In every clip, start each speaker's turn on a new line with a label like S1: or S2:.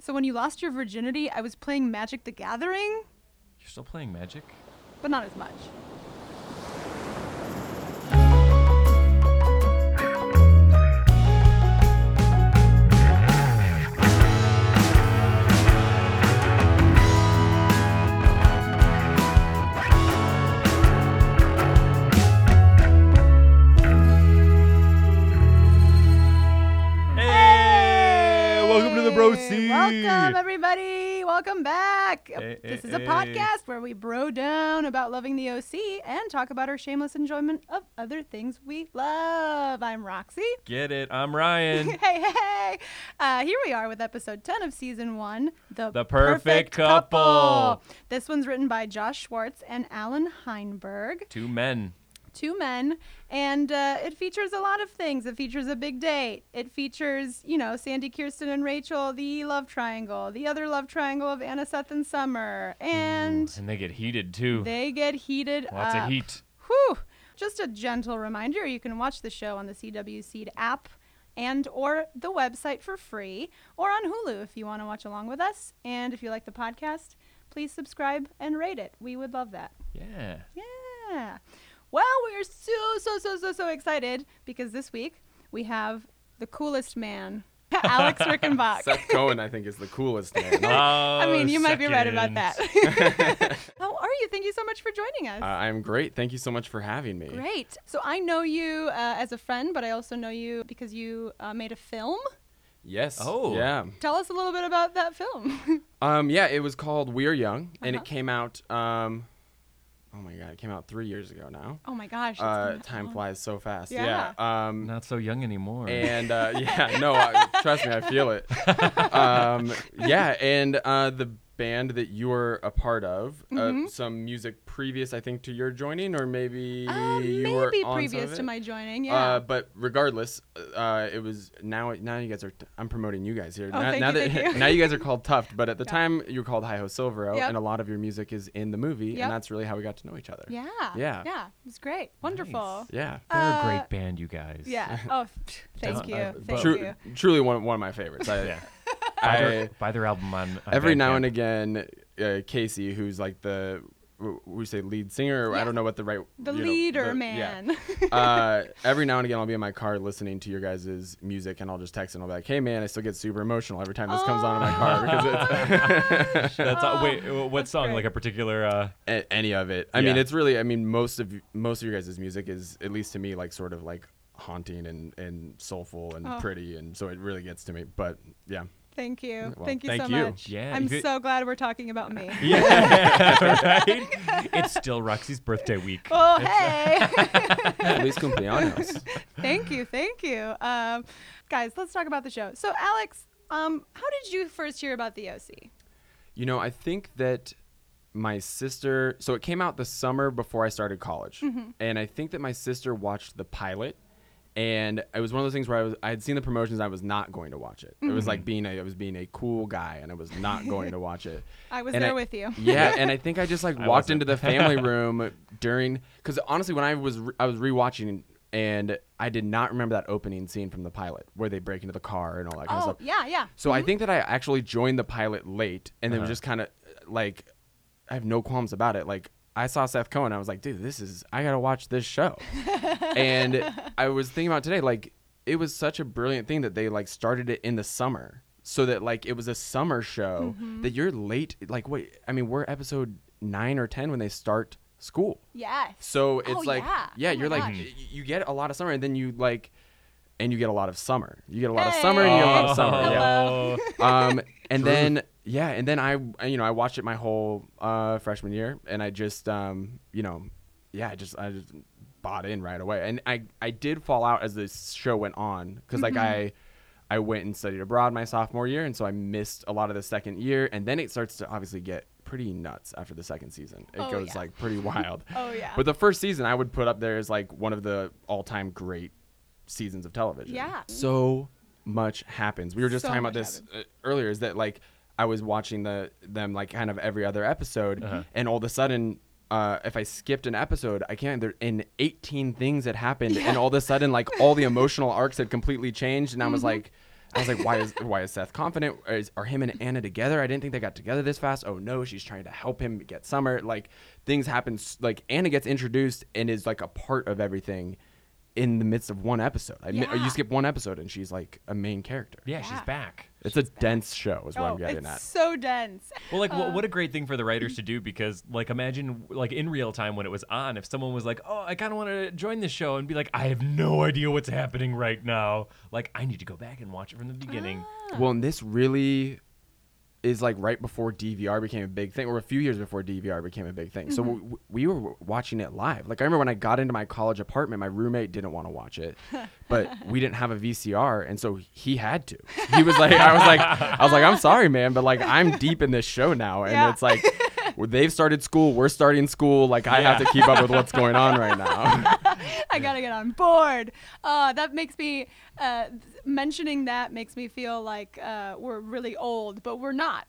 S1: So when you lost your virginity, I was playing Magic the Gathering,
S2: You're still playing Magic?
S1: but not as much.
S2: Hey! Welcome to the Bro
S1: Hey,
S2: Seed.
S1: Welcome, everybody. Welcome back.
S2: Hey,
S1: this
S2: hey,
S1: is a
S2: hey.
S1: podcast where we bro down about loving the OC and talk about our shameless enjoyment of other things we love. I'm Roxy.
S2: Get it? I'm Ryan.
S1: Hey, hey, hey. Uh, here we are with episode 10 of season one The,
S2: The Perfect Couple.
S1: This one's written by Josh Schwartz and Alan Heinberg.
S2: Two men.
S1: two men and uh, it features a lot of things it features a big date it features you know sandy kirsten and rachel the love triangle the other love triangle of anna seth and summer and
S2: And they get heated too.
S1: they get heated
S2: Lots
S1: up.
S2: of heat.
S1: Whew. Just a gentle reminder, you can watch the show on the CW Seed app and or the website for free or on Hulu if you want to watch along with us. And if you like the podcast, please subscribe and rate it. We would love that.
S2: Yeah.
S1: Yeah. Well, we're so, so, so, so, so excited because this week we have the coolest man, Alex Rickenbach.
S3: Seth Cohen, I think, is the coolest man. Uh,
S2: I
S1: I mean, you might be right about that. How are you? Thank you so much for joining us.
S3: I'm great. Thank you so much for having me.
S1: Great. So I know you uh, as a friend, but I also know you because you uh, made a film.
S3: Yes.
S2: Oh.
S3: Yeah.
S1: Tell us a little bit about that film.
S3: Um. Yeah. It was called We're Young, and
S1: Uh-huh.
S3: it came out. Um. Oh my God! It came out three years ago now.
S1: oh my gosh. it's
S3: Uh,
S1: been that
S3: time
S1: long.
S3: flies so fast.
S1: Yeah.
S3: Um.
S2: Not so young anymore.
S3: and uh, yeah, no, I, trust me, I feel it. Um, yeah, and uh, the band that you were a part of,
S1: Mm-hmm.
S3: uh, some music previous, I think, to your joining, or maybe
S1: Uh,
S3: you were
S1: maybe
S3: on some
S1: previous
S3: of
S1: to
S3: it?
S1: my joining. Yeah.
S3: Uh, but regardless, uh, it was now. Now you guys are. I'm promoting you guys here.
S1: Oh,
S3: now,
S1: thank
S3: now
S1: you,
S3: that
S1: thank you.
S3: now you guys are called Tuft, but at the
S1: Yeah.
S3: time you were called Hi Ho Silvero,
S1: Yep.
S3: and a lot of your music is in the movie,
S1: Yep.
S3: and that's really how we got to know each other.
S1: yeah.
S3: yeah.
S1: Yeah. It was great. Wonderful.
S3: Yeah.
S2: They're a
S1: Uh,
S2: great band, you guys.
S1: Yeah. Oh, pff, thank
S2: Don't-
S1: you.
S2: I-
S1: thank
S3: Tru-
S1: you.
S3: Truly one one of my favorites. I,
S2: Yeah. Buy
S3: I
S2: their, buy their album on. on
S3: every now
S2: Bandcamp.
S3: and again, uh, Casey, who's like the w- we say lead singer, or
S1: Yeah.
S3: I don't know what the right
S1: The
S3: you know,
S1: leader
S3: the- yeah.
S1: man.
S3: uh, every now and again, I'll be in my car listening to your guys' music, and I'll just text and I'll be like, "Hey, man, I still get super emotional every time this comes on in my car because it's
S2: That's all,
S1: Oh,
S2: wait. wh- What
S1: that's
S2: song?
S1: great.
S2: Like a particular? Uh,
S3: a- any of it. I mean,
S2: Yeah.
S3: it's really. I mean, most of most of your guys' music is, at least to me, like sort of like haunting and and soulful and
S1: Oh.
S3: pretty, and so it really gets to me. But yeah,
S1: thank you.
S3: Well,
S1: thank you
S3: thank
S1: so
S3: you.
S1: much.
S2: Yeah,
S1: I'm
S2: you could-
S1: so glad we're talking about me.
S2: yeah. right. It's still Roxy's birthday week.
S1: Oh, hey.
S3: Feliz cumpleaños.
S1: thank you. Thank you. Um, guys, let's talk about the show. So, Alex, um, how did you first hear about the OC?
S3: You know, I think that my sister. So it came out the summer before I started college,
S1: Mm-hmm.
S3: and I think that my sister watched the pilot, and it was one of those things where I was I had seen the promotions, I was not going to watch it. It was
S1: Mm-hmm.
S3: like being a I was being a cool guy, and I was not going to watch it.
S1: I was
S3: And
S1: there with you.
S3: Yeah, and I think I just like
S2: I
S3: walked
S2: wasn't.
S3: into the family room during because honestly, when I was re- I was rewatching. And I did not remember that opening scene from the pilot where they break into the car and all that kind of
S1: Oh,
S3: stuff.
S1: yeah, yeah.
S3: So I think that I actually joined the pilot late and
S1: Uh-huh.
S3: it was just kind of like, I have no qualms about it. Like, I saw Seth Cohen. I was like, dude, this is, I got to watch this show. and I was thinking about today, like, it was such a brilliant thing that they, like, started it in the summer so that, like, it was a summer show
S1: Mm-hmm.
S3: that you're late. Like, wait, I mean, we're episode nine or 10 when they start school.
S1: Yes.
S3: So it's
S1: Oh,
S3: like,
S1: yeah.
S3: yeah,
S1: Oh my
S3: you're like,
S1: gosh.
S3: y- you get a lot of summer and then you, like, and you get a lot of summer. You get a lot of
S1: Hey.
S3: summer and you get a lot of summer.
S1: Hello.
S3: Yeah
S2: Oh,
S3: um, and then yeah, and then I I- you know I watched it my whole uh, freshman year, and I just um, you know yeah I just I just bought in right away, and I I did fall out as the show went on because like
S1: Mm-hmm.
S3: I. I went and studied abroad my sophomore year, and so I missed a lot of the second year. And then it starts to obviously get pretty nuts after the second season. It
S1: Oh,
S3: goes
S1: yeah.
S3: like pretty wild.
S1: Oh, yeah.
S3: But the first season I would put up there as like one of the all-time great seasons of television.
S1: Yeah.
S3: So much happens. We were just
S1: So
S3: talking
S1: much
S3: about this uh, earlier is that like I was watching the them like kind of every other episode and all of a sudden uh, if I skipped an episode, I can't. There in 18 things that happened, and all of a sudden, like all the emotional arcs had completely changed, and I was like, I was like, why is why is Seth confident? Is, are him and Anna together? I didn't think they got together this fast. Oh no, she's trying to help him get summer. Like things happen. s- Like Anna gets introduced and is like a part of everything in the midst of one episode. I, mi- or
S1: Yeah.
S3: You skip one episode and she's like a main character.
S2: Yeah,
S1: Yeah.
S2: she's back.
S3: It's a dense show, is what I'm
S1: Oh,
S3: getting
S1: it's
S3: at.
S1: so dense.
S2: Well, like, what, what
S3: Um,
S2: a great thing for the writers to do because, like, imagine, like, in real time when it was on, if someone was like, oh, I kind of want to join this show and be like, I have no idea what's happening right now. Like, I need to go back and watch it from the beginning.
S3: Well, and this really is like right before DVR became a big thing, or a few years before DVR became a big thing. So
S1: Mm-hmm.
S3: w- we were w- watching it live. Like I remember when I got into my college apartment, my roommate didn't want to watch it, but we didn't have a VCR, and so he had to. He was like, I was like, I was like, I'm sorry, man, but like I'm deep in this show now, and
S1: Yeah.
S3: it's like. well, They've started school. We're starting school. Like I have to keep up with what's going on right now.
S1: I gotta get on board. Uh, that makes me uh, th- mentioning that makes me feel like uh, we're really old, but we're not.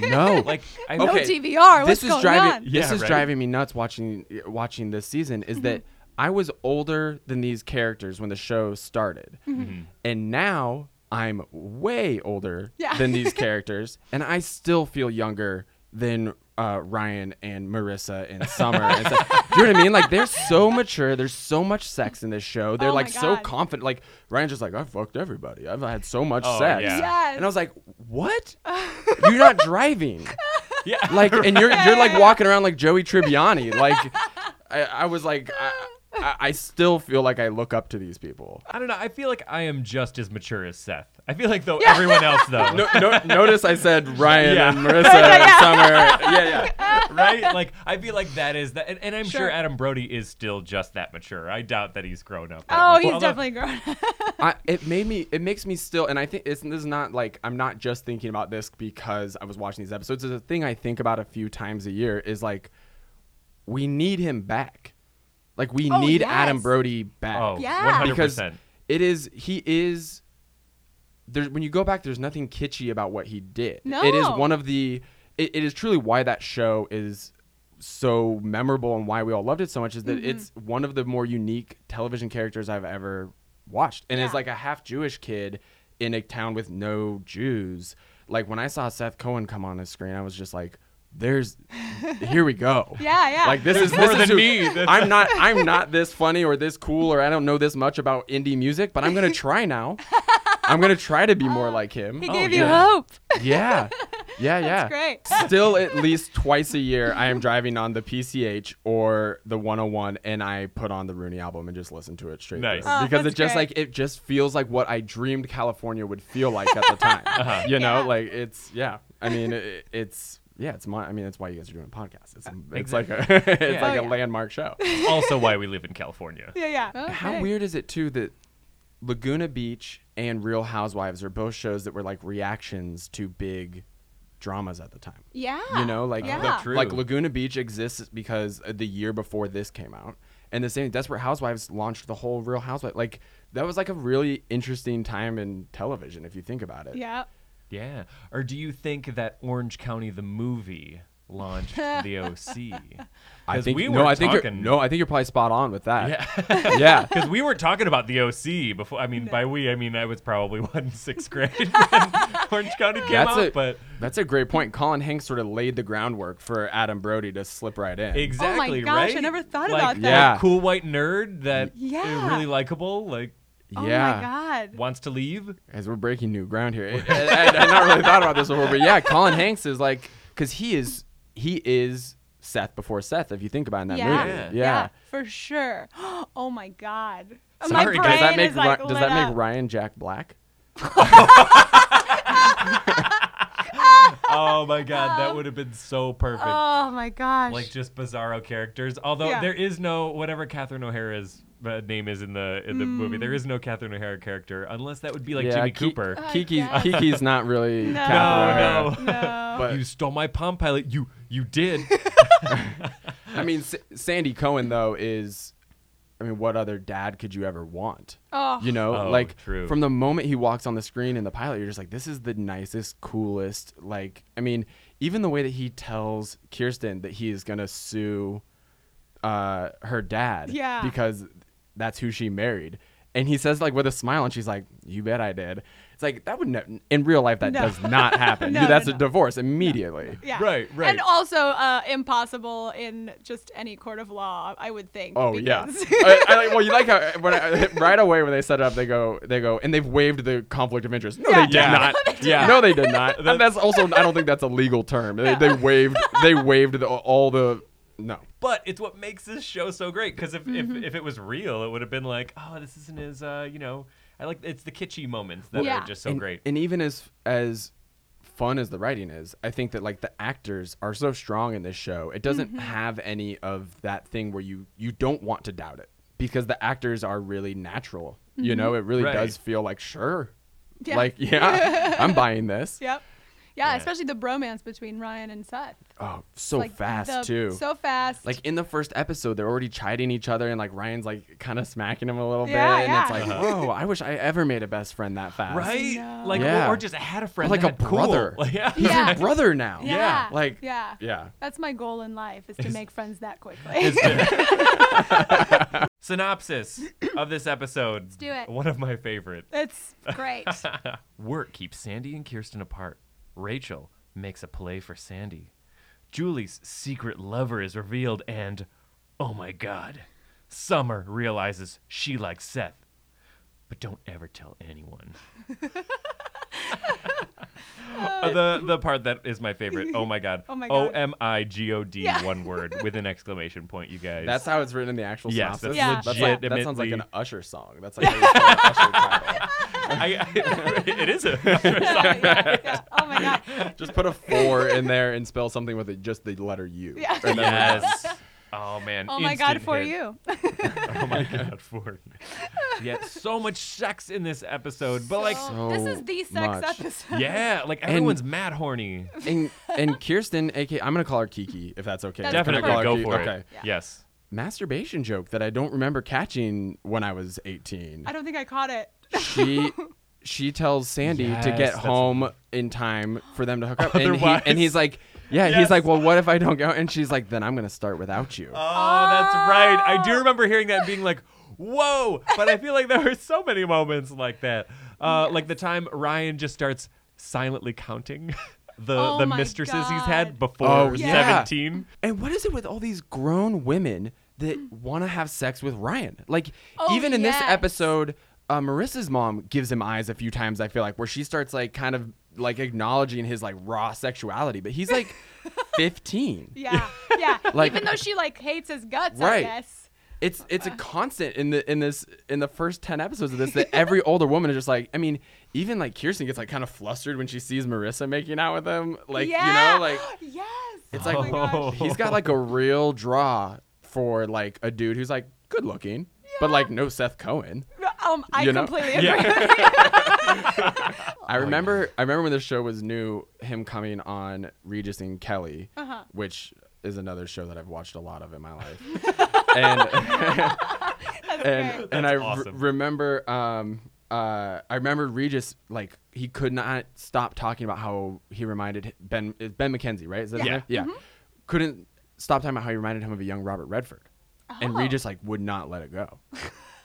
S3: no,
S2: Like, I
S1: no
S3: Ah. Okay,
S1: DVR. What's
S3: this is
S1: going
S3: driving
S1: on?
S3: this
S2: Yeah,
S3: is
S2: right.
S3: driving me nuts watching watching this season is that
S1: Mm-hmm.
S3: I was older than these characters when the show started.
S1: Mm-hmm.
S2: Mm-hmm.
S3: And now I'm way older
S1: Yeah.
S3: than these characters and I still feel younger than uh, Ryan and Marissa and Summer. and stuff. Do you know what I mean? Like they're so mature. There's so much sex in this show. They're
S1: Oh my
S3: like so
S1: God.
S3: confident. Like Ryan's just like I fucked everybody. I've had so much
S2: Oh,
S3: sex.
S2: yeah.
S1: Yes.
S3: And I was like, what? You're not driving
S2: yeah.
S3: like and you're
S1: Right.
S3: you're like walking around like Joey Tribbiani. Like I, I was like I, I, I still feel like I look up to these people.
S2: I don't know. I feel like I am just as mature as Seth. I feel like though everyone else though,
S3: No, no, notice I said Ryan
S2: Yeah.
S3: and Marissa and Summer. Yeah, yeah.
S2: right? Like I feel like that is that, and, and I'm sure.
S1: Sure.
S2: Adam Brody is still just that mature. I doubt that he's grown up.
S1: oh, he's
S2: Although-
S1: definitely grown.
S3: I, it made me. It makes me still. And I think it's, this is not like I'm not just thinking about this because I was watching these episodes. It's a thing I think about a few times a year. Is like we need him back. Like we
S1: Oh,
S3: need Adam
S1: yes.
S3: Brody back.
S2: Oh,
S1: Yeah.
S2: one hundred
S3: because
S2: percent.
S3: it is he is there's when you go back there's nothing kitschy about what he did it is
S1: No.
S3: one of the it, it is truly why that show is so memorable and why we all loved it so much is that
S1: Mm-hmm.
S3: it's one of the more unique television characters i've ever watched and it's
S1: Yeah.
S3: like a half jewish kid in a town with no jews like when i saw seth cohen come on the screen i was just like there's here we go
S1: yeah, yeah.
S3: like this is
S2: more
S3: this is
S2: than
S3: who-
S2: me. That's-
S3: I'm not I'm not this funny or this cool or I don't know this much about indie music, but I'm gonna try now. I'm gonna try to be
S1: Ah.
S3: more like him.
S1: he
S2: oh,
S1: gave you
S2: yeah.
S1: hope.
S3: Yeah. Yeah, yeah.
S1: Great.
S3: Still at least twice a year I am driving on the PCH or the 101 and I put on the Rooney album and just listen to it straight
S2: Nice.
S3: through.
S1: Oh,
S3: because
S1: that's
S3: it just
S1: great.
S3: like it just feels like what I dreamed California would feel like at the time. You know,
S1: Yeah.
S3: like it's yeah. I mean it, it's yeah, it's my. I mean, that's why you guys are doing a podcast. It's, it's
S2: exactly.
S3: like a, it's
S2: Yeah.
S3: like
S1: Oh,
S3: a
S1: yeah.
S3: landmark show.
S2: also why we live in California.
S1: Yeah, yeah.
S3: How
S1: Okay.
S3: weird is it too that Laguna Beach and Real Housewives are both shows that were like reactions to big dramas at the time.
S1: Yeah.
S3: You know, like
S1: Yeah.
S3: the-
S2: True.
S3: like Laguna Beach exists because the year before this came out, and the same Desperate Housewives launched the whole Real Housewives. Like that was like a really interesting time in television if you think about it.
S1: Yeah.
S2: Yeah. Or do you think that Orange County the movie launched the OC?
S3: I
S2: 'Cause
S3: think
S2: we
S3: no,
S2: were
S3: I think you're,
S2: talking-
S3: no, I think you're probably spot on with that.
S2: Yeah.
S3: yeah.
S2: Because we were talking about the OC before. I mean, by we, I mean I was probably what in sixth grade when Orange County came
S3: That's
S2: out.
S3: a
S2: but
S3: that's a great point. Colin Hanks sort of laid the groundwork for Adam Brody to slip right in. Oh
S2: exactly,
S1: gosh, I
S2: right?
S1: never thought
S2: Like,
S1: about
S3: that. Yeah.
S2: cool white nerd that is
S1: Yeah.
S2: really likable, like
S1: Oh
S3: yeah.
S1: my God.
S2: wants to leave.
S3: As we're breaking new ground here, I, I, I not really thought about this before, but yeah, Colin Hanks is like, because he is he is Seth before Seth. If you think about it in that
S1: Yeah.
S3: movie,
S2: Yeah.
S3: yeah.
S1: for sure. Oh my God. Uh, my
S2: Sorry,
S1: brain
S2: guys,
S1: is,
S2: that
S3: make Ri-
S1: like,
S3: does
S1: lit
S3: that
S1: up.
S3: make Ryan Jack Black?
S2: Oh my god, that would have been so perfect.
S1: Oh my gosh.
S2: like just bizarro characters. Although
S1: Yeah.
S2: there is no whatever Catherine O'Hara's uh, name is in the in the movie, there
S1: Mm.
S2: is no Catherine O'Hara character unless that would be like
S3: yeah, Uh,
S2: Jimmy
S3: Ki-
S2: Cooper.
S3: Kiki's
S1: guess.
S3: Kiki's not really
S1: Oh, No.
S3: Catherine O'Hara,
S2: no,
S1: no.
S3: but
S2: you stole my Palm Pilot. You you did.
S3: I mean, S- Sandy Cohen though is, I mean, what other dad could you ever want?
S1: oh.
S3: You know,
S2: Oh,
S3: like
S2: true.
S3: from the moment he walks on the screen in the pilot, you're just like, this is the nicest, coolest. Like, I mean, even the way that he tells Kirsten that he is gonna sue uh, her dad,
S1: Yeah.
S3: because that's who she married, and he says like with a smile, and she's like, "You bet I did." It's like that would ne- in real life that
S1: No.
S3: does not happen.
S1: No, no,
S3: That's
S1: no.
S3: a divorce immediately.
S1: Yeah.
S2: Right, right.
S1: And also uh, impossible in just any court of law, I would think.
S3: Oh
S1: because-
S3: yeah. I, I like, well, you like how when I, right away when they set it up, they go, they go, and they've waived the conflict of interest. No,
S1: Yeah.
S3: they did
S2: Yeah.
S3: not.
S2: No, they did Yeah. not.
S3: No, they did not. And that's also, I don't think that's a legal term. They, they waived, they waived the, all the. No.
S2: but it's what makes this show so great because if,
S1: Mm-hmm.
S2: if if it was real, it would have been like, oh, this isn't as uh, you know, I like it's the kitschy moments that
S1: Yeah.
S2: are just so
S3: and,
S2: great.
S3: And even as as fun as the writing is, I think that like the actors are so strong in this show.
S2: Mm-hmm.
S3: It doesn't have any of that thing where you you don't want to doubt it because the actors are really natural. You know, it really
S2: Mm-hmm. Right.
S3: does feel like sure.
S1: Yeah.
S3: Like yeah, I'm buying this.
S1: Yep. Yeah,
S2: Yeah.
S1: especially the bromance between Ryan and Seth.
S3: Oh, so
S1: Like,
S3: fast
S1: the-
S3: too.
S1: So fast.
S3: like in the first episode, they're already chiding each other, and like Ryan's like kind of smacking him a little
S1: Yeah,
S3: bit,
S1: yeah.
S3: and it's like, whoa, I wish I ever made a best friend that fast,
S2: Uh-huh. Right?
S1: know.
S2: Like,
S3: Yeah.
S2: or, or just had a
S3: Or
S2: friend,
S3: Like a
S2: that cool.
S3: brother.
S2: Like, yeah.
S3: He's
S1: Yeah.
S3: your brother now.
S1: yeah.
S3: Like
S1: yeah.
S3: yeah.
S1: That's my goal in life is to
S2: Is-
S1: make friends that quickly.
S2: Synopsis of this episode. Let's
S1: do it.
S2: One of my favorite.
S1: it's great.
S2: Work keeps Sandy and Kirsten apart. Rachel makes a play for Sandy. Julie's secret lover is revealed, and oh my god, Summer realizes she likes Seth. But don't ever tell anyone. Uh, the the part that is my favorite. Oh my god.
S1: Oh my God.
S2: O M I G O D.
S1: Yeah.
S2: One word with an exclamation point. You guys.
S3: That's how it's written in the actual
S2: Yes,
S3: synopsis.
S1: that's
S3: That's like, that sounds like
S2: legitimately-
S3: an Usher song. That's like an Usher title.
S2: I, I, it is a.
S1: yeah, yeah, yeah. Oh my god.
S3: Just put a four in there and spell something with it, just the letter U.
S1: Yeah.
S3: And then we're done.
S2: yes. Oh man.
S1: Oh my god
S2: instant
S1: for
S2: hit.
S1: you.
S2: Oh my god for you. Yeah, so much sex in this episode, but like.
S1: So- this is the sex
S3: much.
S1: episode.
S2: Yeah, like everyone's mad horny.
S3: And and Kirsten, aka I'm gonna call her Kiki if that's okay.
S1: That's
S3: I'm
S2: Definitely
S3: gonna
S1: perfect.
S2: go
S3: call her Ki-
S2: for it.
S3: Okay.
S1: Yeah.
S2: Yes.
S3: Masturbation joke that I don't remember catching when I was 18.
S1: I don't think I caught it.
S3: she she tells Sandy to
S2: Yes,
S3: get
S2: that's-
S3: home in time for them to hook up. And, he,
S2: Otherwise-
S3: and he's like, yeah,
S2: Yes.
S3: he's like, well, what if I don't go? And she's like, then I'm gonna start without you.
S2: Oh, that's
S1: Ah.
S2: right. I do remember hearing that and being like, whoa. But I feel like there were so many moments like that. Uh, Like the time Ryan just starts silently counting the,
S1: Oh
S2: the
S1: my
S2: mistresses he's
S1: God.
S2: had before
S3: Oh, yeah.
S2: 17.
S3: And what is it with all these grown women that want to have sex with Ryan? Like,
S1: Oh,
S3: even in
S1: yes.
S3: this episode, uh, Marissa's mom gives him eyes a few times, I feel like, where she starts, like, kind of like acknowledging his, like, raw sexuality, but he's like 15.
S1: Yeah. Yeah.
S3: Like-
S1: Even though she like hates his guts, I
S3: Right.
S1: guess. Oh,
S3: It's it's
S1: uh.
S3: a constant in the in this in the first ten episodes of this that every older woman is just like I mean even like Kirsten gets like kind of flustered when she sees Marissa making out with him like
S1: yeah.
S3: you know like
S1: Yes.
S3: It's
S1: oh
S3: like-
S1: my gosh.
S2: Oh.
S3: he's got like a real draw for like a dude who's like good looking but like no Seth Cohen.
S1: Um, I
S3: You know?
S1: completely agree.
S2: Yeah.
S3: I
S1: Oh,
S3: remember I remember when this show was new him coming on Regis and Kelly
S1: Uh-huh.
S3: which is another show that I've watched a lot of in my life. and and, and I
S2: That's
S3: re-
S2: awesome.
S3: remember um uh, I remember Regis like he could not stop talking about how he reminded Ben it's Ben McKenzie right is that his
S2: Yeah.
S3: name? yeah
S1: Mm-hmm.
S3: couldn't stop talking about how he reminded him of a young Robert Redford
S1: Oh.
S3: and Regis like would not let it go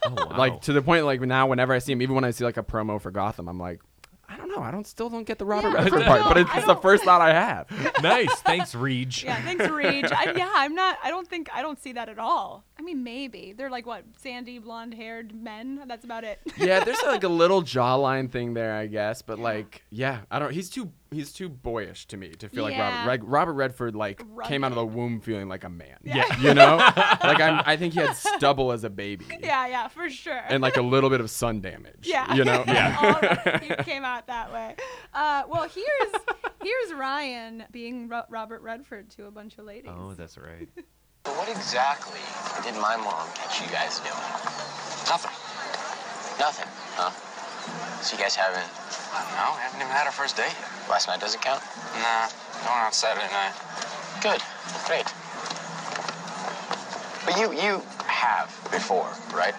S2: Oh, wow.
S3: like to the point like now whenever I see him even when I see like a promo for Gotham I'm like I don't know I don't still don't get the Robert
S1: Yeah,
S3: Redford
S1: no,
S3: part but it's,
S1: I
S3: it's the
S1: don't-
S3: first thought I have
S2: nice. Thanks, Reej.
S1: Yeah, thanks, Rage. I, yeah, I'm not. I don't think I don't see that at all. I mean, maybe they're like what sandy, blonde-haired men. That's about it.
S3: yeah, there's like a little jawline thing there, I guess, but like, yeah, I don't. He's too he's too boyish to me to feel like
S1: Yeah.
S3: Robert. Reg, Robert Redford like came out of the
S1: Rugged.
S3: womb feeling like a man.
S2: Yeah.
S3: you know, like I'm. I think he had stubble as a baby.
S1: yeah, yeah, for sure.
S3: and like a little bit of sun damage.
S1: yeah,
S3: you know.
S1: yeah. you came out that way. Uh, well, here's here's Ryan being Ro- Robert Redford to a bunch of ladies.
S2: Oh, that's right.
S4: What exactly did my mom catch you guys doing? Nothing. Nothing, huh? So you guys haven't? I don't know. Haven't even had our first date yet. Last night doesn't count. Nah, no one on Saturday night. Good. Great. But you you have before, right?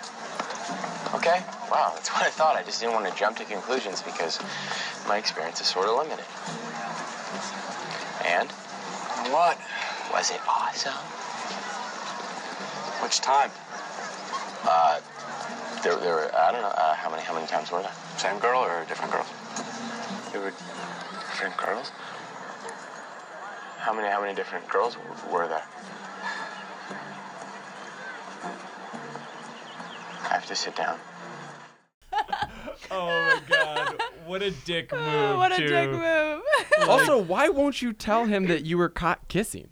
S4: Okay. Wow, that's what I thought. I just didn't want to jump to conclusions because my experience is sort of limited. And what? Was it awesome? Which time? Uh, there, there were, I don't know, uh, how many, how many times were there? Same girl or different girls? with different girls? How many? How many different girls w- were there? I have to sit down.
S2: Oh my god, what a dick move!
S1: Oh, what a
S2: too.
S1: dick move.
S3: Also, why won't you tell him that you were caught kissing?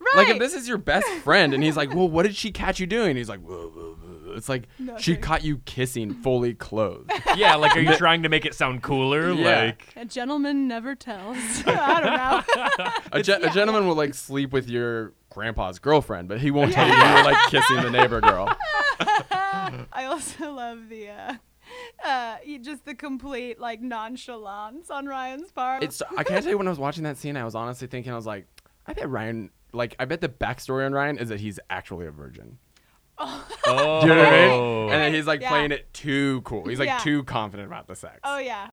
S1: right.
S3: Like if this is your best friend and he's like, "Well, what did she catch you doing?" He's like, "Whoa, whoa, whoa." "It's like she
S1: Nothing.
S3: caught you kissing fully clothed."
S2: Yeah, like are you trying to make it sound cooler?
S3: Yeah.
S2: Like
S1: a gentleman never tells. I don't know.
S3: A, gen- a gentleman will like sleep with your grandpa's girlfriend, but he won't tell you you were like kissing the neighbor girl.
S1: I also love the uh, uh, you- just the complete like nonchalance on Ryan's part.
S3: It's I can't tell you when I was watching that scene, I was honestly thinking I was like, I bet Ryan like I bet the backstory on Ryan is that he's actually a virgin.
S2: oh,
S3: Do you know what I mean? And then he's like
S1: Yeah.
S3: playing it too cool. He's like
S1: Yeah.
S3: too confident about the sex.
S1: oh yeah.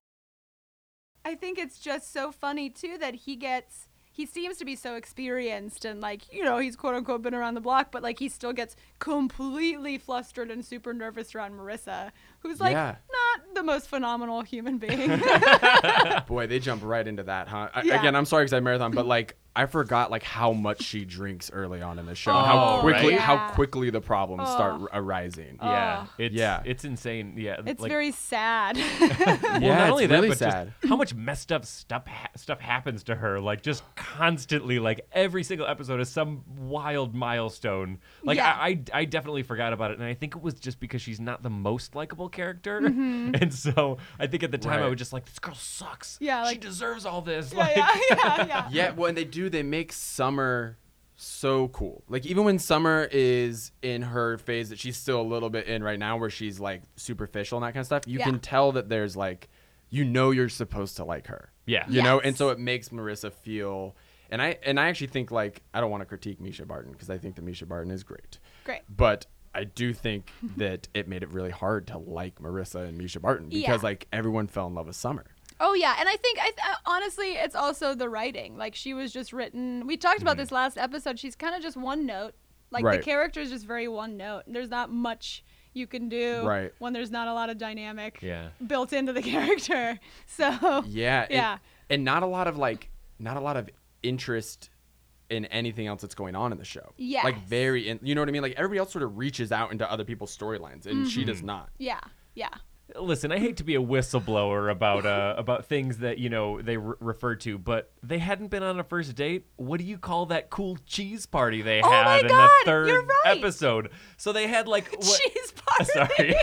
S1: I think it's just so funny too that he gets he seems to be so experienced and like you know he's quote unquote been around the block, but like he still gets completely flustered and super nervous around Marissa, who's like
S3: Yeah.
S1: not the most phenomenal human being.
S3: Boy, they jump right into that, huh? I,
S1: Yeah.
S3: Again, I'm sorry because I marathon, but like I forgot like how much she drinks early on in the show. and
S2: Oh,
S3: how quickly
S1: right.
S3: how
S1: Yeah. Oh.
S3: quickly the problems start r- arising.
S2: yeah, it's
S3: Yeah.
S2: it's insane. Yeah,
S1: it's
S2: like,
S1: very sad.
S3: Well,
S2: Well,
S3: yeah,
S2: not only
S3: it's
S2: that,
S3: really
S2: but just
S3: sad.
S2: how much messed up stuff ha- stuff happens to her, like just constantly, like every single episode is some wild milestone. Like
S1: Yeah.
S2: I, I, I definitely forgot about it, and I think it was just because she's not the most likable character,
S1: Mm-hmm.
S2: and so I think at the time I
S3: Right.
S2: was just like, this girl sucks.
S1: Yeah,
S2: she
S1: like-
S2: deserves all this.
S1: yeah,
S2: like,
S1: yeah, yeah, yeah.
S3: Yeah, well, and they do. They make Summer so cool. Like even when Summer is in her phase that she's still a little bit in right now, where she's like superficial and that kind of stuff, you
S1: Yeah.
S3: can tell that there's like, you know, you're supposed to like her.
S2: Yeah.
S3: you know, and
S1: Yes.
S3: so it makes Marissa feel. And I and I actually think like I don't want to critique Misha Barton because I think that Misha Barton is great,
S1: Great.
S3: but. I do think that it made it really hard to like Marissa and Misha Barton because
S1: Yeah.
S3: like everyone fell in love with Summer.
S1: Oh yeah, and I think I th- honestly it's also the writing. Like she was just written. We talked about this last episode. She's kind of just one note. Like
S3: Mm-hmm. Right.
S1: the character is just very one note. There's not much you can do
S3: Right.
S1: when there's not a lot of dynamic
S2: Yeah.
S1: built into the character. So
S3: Yeah. and-
S1: Yeah.
S3: And, not a lot of like, not a lot of interest in anything else that's going on in the show.
S1: Yes.
S3: Like very, in, you know what I mean? Like everybody else sort of reaches out into other people's storylines, and she
S1: Mm-hmm.
S3: does not.
S1: yeah, yeah,
S2: Listen, I hate to be a whistleblower about uh, about things that you know they re- refer to, but they hadn't been on a first date. What do you call that cool cheese party they
S1: Oh
S2: had
S1: my
S2: in
S1: God,
S2: the 3rd
S1: you're right.
S2: episode? So they had like what?
S1: she's part.
S2: Sorry,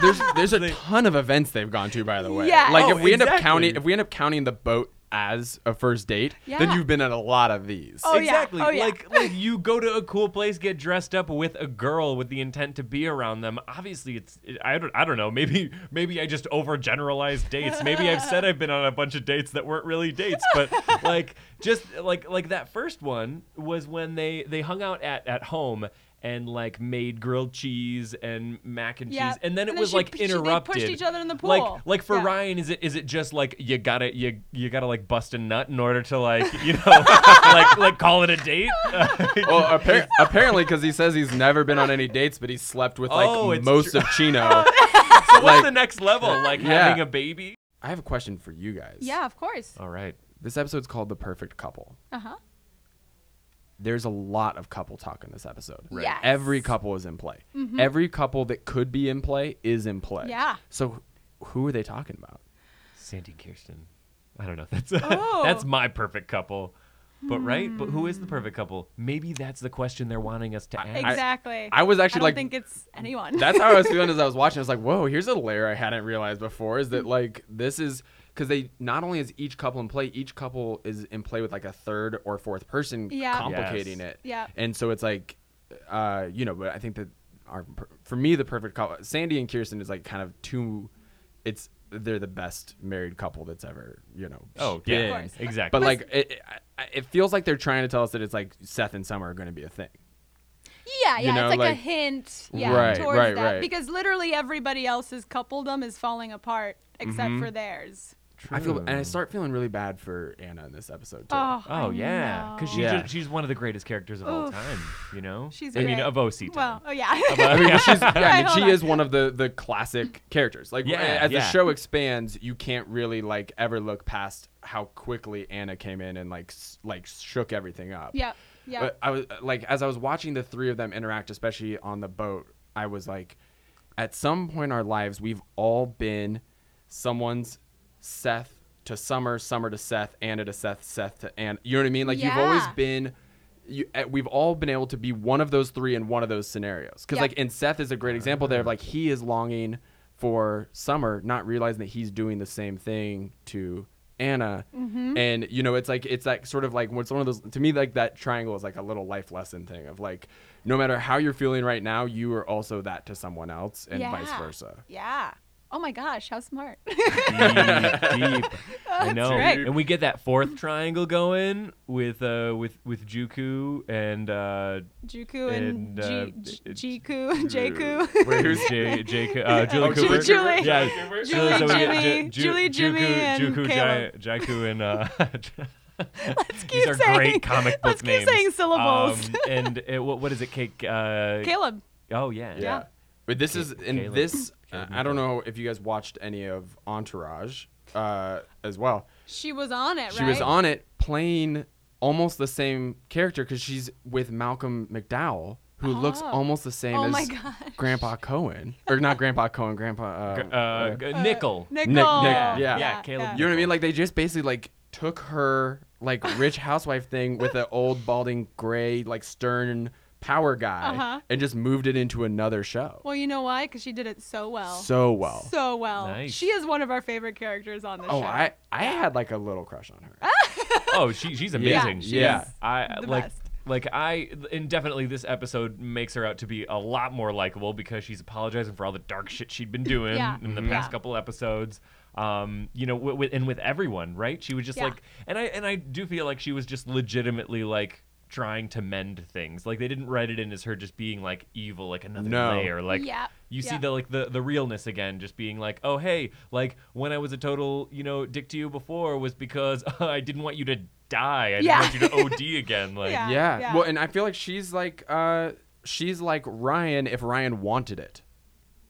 S3: There's there's a ton of events they've gone to, by the way.
S1: Yeah.
S3: Like
S2: Oh,
S3: if we end up
S2: exactly.
S3: counting if we end up counting the boat as a first date, then
S1: Yeah.
S3: you've been at a lot of these.
S1: Oh, yeah.
S2: exactly.
S1: Oh, yeah.
S2: Like like you go to a cool place, get dressed up with a girl with the intent to be around them. Obviously, it's it, I don't I don't know. Maybe maybe I just overgeneralized dates. Maybe I've said I've been on a bunch of dates that weren't really dates, but like just like like that first one was when they they hung out at at home. And like made grilled cheese and mac and
S1: Yeah.
S2: cheese, and then it
S1: And then
S2: was
S1: she
S2: like
S1: pu- she- they pushed
S2: interrupted.
S1: each other in the pool.
S2: Like, like for
S1: Yeah.
S2: Ryan, is it is it just like you gotta you you gotta like bust a nut in order to like you know like like call it a date?
S3: Well, appar- apparently, because he says he's never been on any dates, but he slept with like
S2: Oh, it's
S3: most
S2: true.
S3: of Chino.
S2: so what's
S3: Like-
S2: the next level? Like
S3: Yeah.
S2: having a baby?
S3: I have a question for you guys.
S1: Yeah, of course.
S3: Uh,
S2: All right.
S3: This episode's called "The Perfect Couple."
S1: Uh huh.
S3: there's a lot of couple talk in this episode.
S1: Right. Yes. Mm-hmm.
S3: Every couple is in play. Every couple that could be in play is in play.
S1: Yeah.
S3: So who are they talking about?
S2: Sandy and Kirsten. I don't know. That's
S1: Oh. Hmm.
S2: that's my perfect couple. But right? But who is the perfect couple? Maybe that's the question they're wanting us to ask.
S1: Exactly.
S3: I was
S1: I
S3: actually
S1: don't
S3: like-
S1: think it's anyone.
S3: That's how I was feeling as I was watching. I was like, whoa, here's a layer I hadn't realized before is that like this is because they not only is each couple in play, each couple is in play with like a third or fourth person
S1: Yeah.
S3: complicating
S2: Yes.
S3: it.
S1: Yeah.
S3: And so it's like, uh, you know, but I think that our, for me, the perfect couple, Sandy and Kirsten is like kind of two, it's, they're the best married couple that's ever, you know.
S2: Oh, yeah.
S3: been.
S1: Of course.
S2: Exactly.
S3: But like, it, it, I- it feels like they're trying to tell us that it's like Seth and Summer are going to be a thing.
S1: Yeah,
S3: you
S1: yeah,
S3: know,
S1: it's like, a
S3: like-
S1: hint, yeah,
S3: Right,
S1: towards
S3: right,
S1: that
S3: right. Mm-hmm.
S1: because literally everybody else's coupledom is falling apart except for theirs.
S2: True.
S3: I feel and I start feeling really bad for Anna in this episode too.
S1: Oh, I
S2: Oh yeah, because
S1: know.
S2: she's
S3: Yeah.
S2: just, she's one of the greatest characters of all
S1: Oof.
S2: time. You know,
S1: She's
S2: I mean
S1: great.
S2: of OC time.
S1: Well, oh yeah.
S2: I mean, but she's- yeah, I
S3: yeah, I
S1: Right,
S3: mean, she
S1: hold on.
S3: is one of the the classic characters. Like
S2: Yeah,
S3: as
S2: yeah.
S3: the show expands, you can't really like ever look past how quickly Anna came in and like s- like shook everything up.
S1: Yep. Yep.
S3: But I was like, as I was watching the three of them interact, especially on the boat, I was like, at some point in our lives, we've all been someone's Seth to Summer, Summer to Seth, Anna to Seth, Seth to Anna. You know what I mean? Like you've always
S1: Yeah.
S3: been. You, eh, we've all been able to be one of those three in one of those scenarios. Because
S1: Yeah.
S3: like, and Seth is a great example there of like he is longing for Summer, not realizing that he's doing the same thing to Anna.
S1: Mm-hmm.
S3: And you know, it's like it's like sort of like what's one of those to me like that triangle is like a little life lesson thing of like no matter how you're feeling right now, you are also that to someone else and vice
S1: Yeah.
S3: versa.
S1: Yeah. Oh my gosh, how smart.
S2: deep, deep. I know.
S1: right.
S2: And we get that fourth triangle going with uh with with Juku and uh
S1: Juku and,
S2: And, uh,
S1: G-
S2: it-
S1: G- Jiku, Jaku.
S3: Wait, who's
S2: J, J, uh, Julie
S3: Oh, Ju-
S2: Cooper.
S1: Julie.
S2: Yeah.
S1: Julie,
S2: So- so we get
S1: Jimmy,
S2: Ju- Ju-
S1: Julie,
S2: Juku-
S1: Jimmy, and
S2: Juku,
S1: Caleb.
S2: Jai- Jaiku, and uh,
S1: Let's
S2: these
S1: keep
S2: are
S1: saying,
S2: great comic book
S1: let's keep
S2: names.
S1: saying syllables.
S2: Um, and it, what what is it? Cake. Uh,
S1: Caleb.
S2: Oh yeah.
S3: Yeah. But this is in
S2: Caleb-
S3: this uh,
S2: Caleb
S3: I don't know if you guys watched any of Entourage uh as well.
S1: She was on it, right?
S3: She was on it playing almost the same character because she's with Malcolm McDowell, who looks
S1: Oh.
S3: almost the same
S1: Oh
S3: as
S1: my gosh.
S3: Grandpa Cohen, or not Grandpa Cohen, Grandpa. Uh,
S2: Uh,
S3: uh,
S2: g- nickel.
S1: Nicole.
S3: Nick-
S2: yeah,
S3: yeah.
S2: yeah, Caleb
S3: you know what I mean? Like they just basically like took her like rich housewife thing with an old balding gray like stern power guy
S1: Uh-huh.
S3: and just moved it into another show
S1: Well, you know why? Because she did it so well.
S3: so well.
S1: So well.
S2: Nice.
S1: She is one of our favorite characters on the
S3: oh,
S1: show.
S3: I I had like a little crush on her.
S2: oh, she she's
S3: Yeah,
S2: amazing.
S3: she Yeah. is
S2: I
S1: the
S2: like
S1: best.
S2: like I and definitely this episode makes her out to be a lot more likable because she's apologizing for all the dark shit she'd been doing
S1: Yeah.
S2: in the
S1: Mhm.
S2: past
S3: Mm-hmm.
S1: Yeah.
S2: couple episodes. Um, you know, with, and with everyone, right? She was just
S1: Yeah.
S2: like, and I and I do feel like she was just legitimately like trying to mend things. Like they didn't write it in as her just being like evil, like another
S3: No.
S2: layer. Like
S1: Yeah,
S2: you see
S1: yeah.
S2: the like the the realness again, just being like, oh hey, like when I was a total you know dick to you before was because I didn't want you to die. I
S1: Yeah.
S2: didn't want you to OD again. Like "Oh,
S1: Yeah.
S3: Yeah.
S1: yeah.
S3: Well, and I feel like she's like uh she's like Ryan if Ryan wanted it.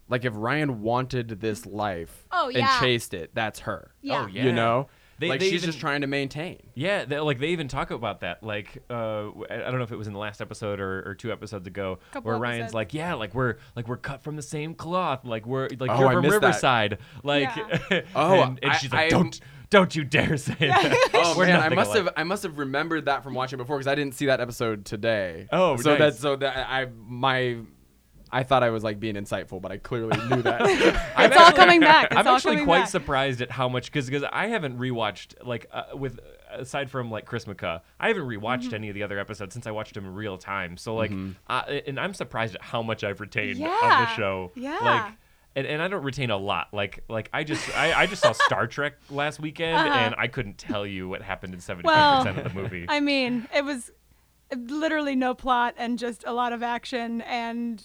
S3: Like if Ryan wanted this life
S1: Oh, yeah.
S3: and chased it, that's her.
S1: Yeah. Oh,
S2: yeah.
S3: You know?
S2: They-
S3: like
S2: they
S3: she's
S2: even-
S3: just trying to maintain.
S2: Yeah, they, like they even talk about that. Like, uh, I I don't know if it was in the last episode or, or two episodes ago,
S1: Couple
S2: where Ryan's
S1: episodes.
S2: like, "Yeah, like we're like we're cut from the same cloth. Like we're like
S3: Oh,
S2: you're
S3: I
S2: from
S3: missed that.
S2: Riverside. Like,
S3: Oh,
S2: and, and
S3: I-
S2: she's like,
S3: I-
S2: "Don't don't you dare say that."
S3: Oh
S2: We're
S3: man, I
S2: nothing
S3: must
S2: alike.
S3: have I must have remembered that from watching before because I didn't see that episode today.
S2: Oh,
S3: so
S2: nice.
S3: that so that I my I thought I was like being insightful, but I clearly knew that.
S1: It's all coming back. It's
S2: I'm
S1: all
S2: actually
S1: coming
S2: quite
S1: back.
S2: surprised at how much because because I haven't rewatched like uh, with aside from like Chris McCa, I haven't rewatched
S1: Mm-hmm.
S2: any of the other episodes since I watched them in real time. So like,
S3: Mm-hmm.
S2: uh, and I'm surprised at how much I've retained of the
S1: Yeah.
S2: show.
S1: Yeah.
S2: Like, and, and I don't retain a lot. Like like I just I, I just saw Star Trek last weekend
S1: Uh-huh.
S2: and I couldn't tell you what happened in 75% of the movie.
S1: I mean, it was literally no plot and just a lot of action, and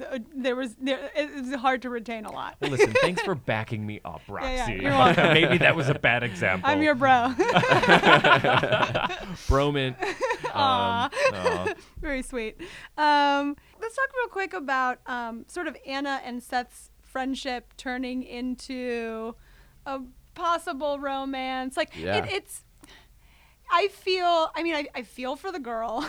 S1: th- there was there. It was hard to retain a lot.
S2: Well, Listen, thanks for backing me up, Roxy.
S1: yeah, you're welcome.
S2: Maybe that was a bad example.
S1: I'm your bro.
S2: bromant. Um, aw.
S1: Very sweet. Um, let's talk real quick about um, sort of Anna and Seth's friendship turning into a possible romance. Like
S3: Yeah.
S1: it, it's. I feel. I mean, I, I feel for the girl.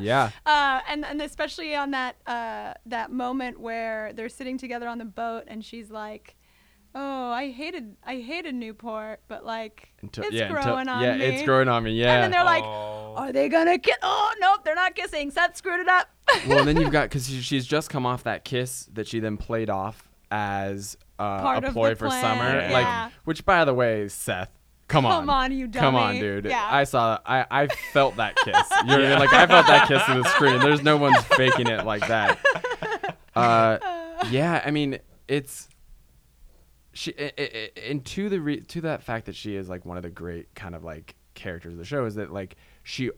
S3: yeah.
S1: uh, and and especially on that uh, that moment where they're sitting together on the boat, and she's like, "Oh, I hated I hated Newport, but like
S3: Until-
S1: it's
S3: yeah, until-
S1: growing on
S3: yeah,
S1: me."
S3: it's growing on me. Yeah.
S1: And then they're like, oh,
S2: Aw.
S1: "Are they gonna kiss?" Oh nope, they're not kissing. Seth screwed it up.
S3: well, and then you've got because she's just come off that kiss that she then played off as uh,
S1: Part
S3: a
S1: of
S3: ploy
S1: the
S3: for
S1: plan,
S3: summer.
S2: Yeah.
S1: yeah.
S3: Like, which by the way, Seth, come on,
S1: Come on, you
S3: come on,
S1: dummy.
S3: dude.
S1: Yeah.
S3: I saw, I, I felt that kiss. You know what I mean? Like, I felt that kiss in the screen. There's no one's faking it like that. Uh, yeah, I mean, it's she i- i- i- and to the re- to that fact that she is like one of the great kind of like characters of the show is that like she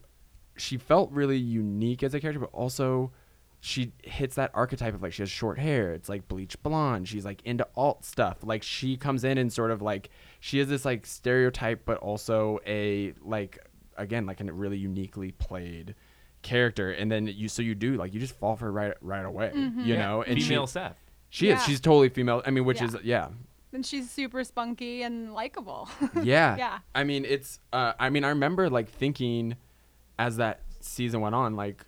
S3: she felt really unique as a character but also she hits that archetype of like she has short hair. It's like bleach blonde. She's like into alt stuff. Like she comes in and sort of like she is this like stereotype, but also a like again like a really uniquely played character. And then you so you do like you just fall for her right right away. You know, and
S2: Female
S3: she,
S2: Seth.
S3: she
S1: Yeah.
S3: is she's totally female. I mean, which
S1: Yeah.
S3: is yeah
S1: And she's super spunky and likable.
S3: yeah.
S1: Yeah.
S3: I mean, it's. Uh, I mean, I remember like thinking, as that season went on, like,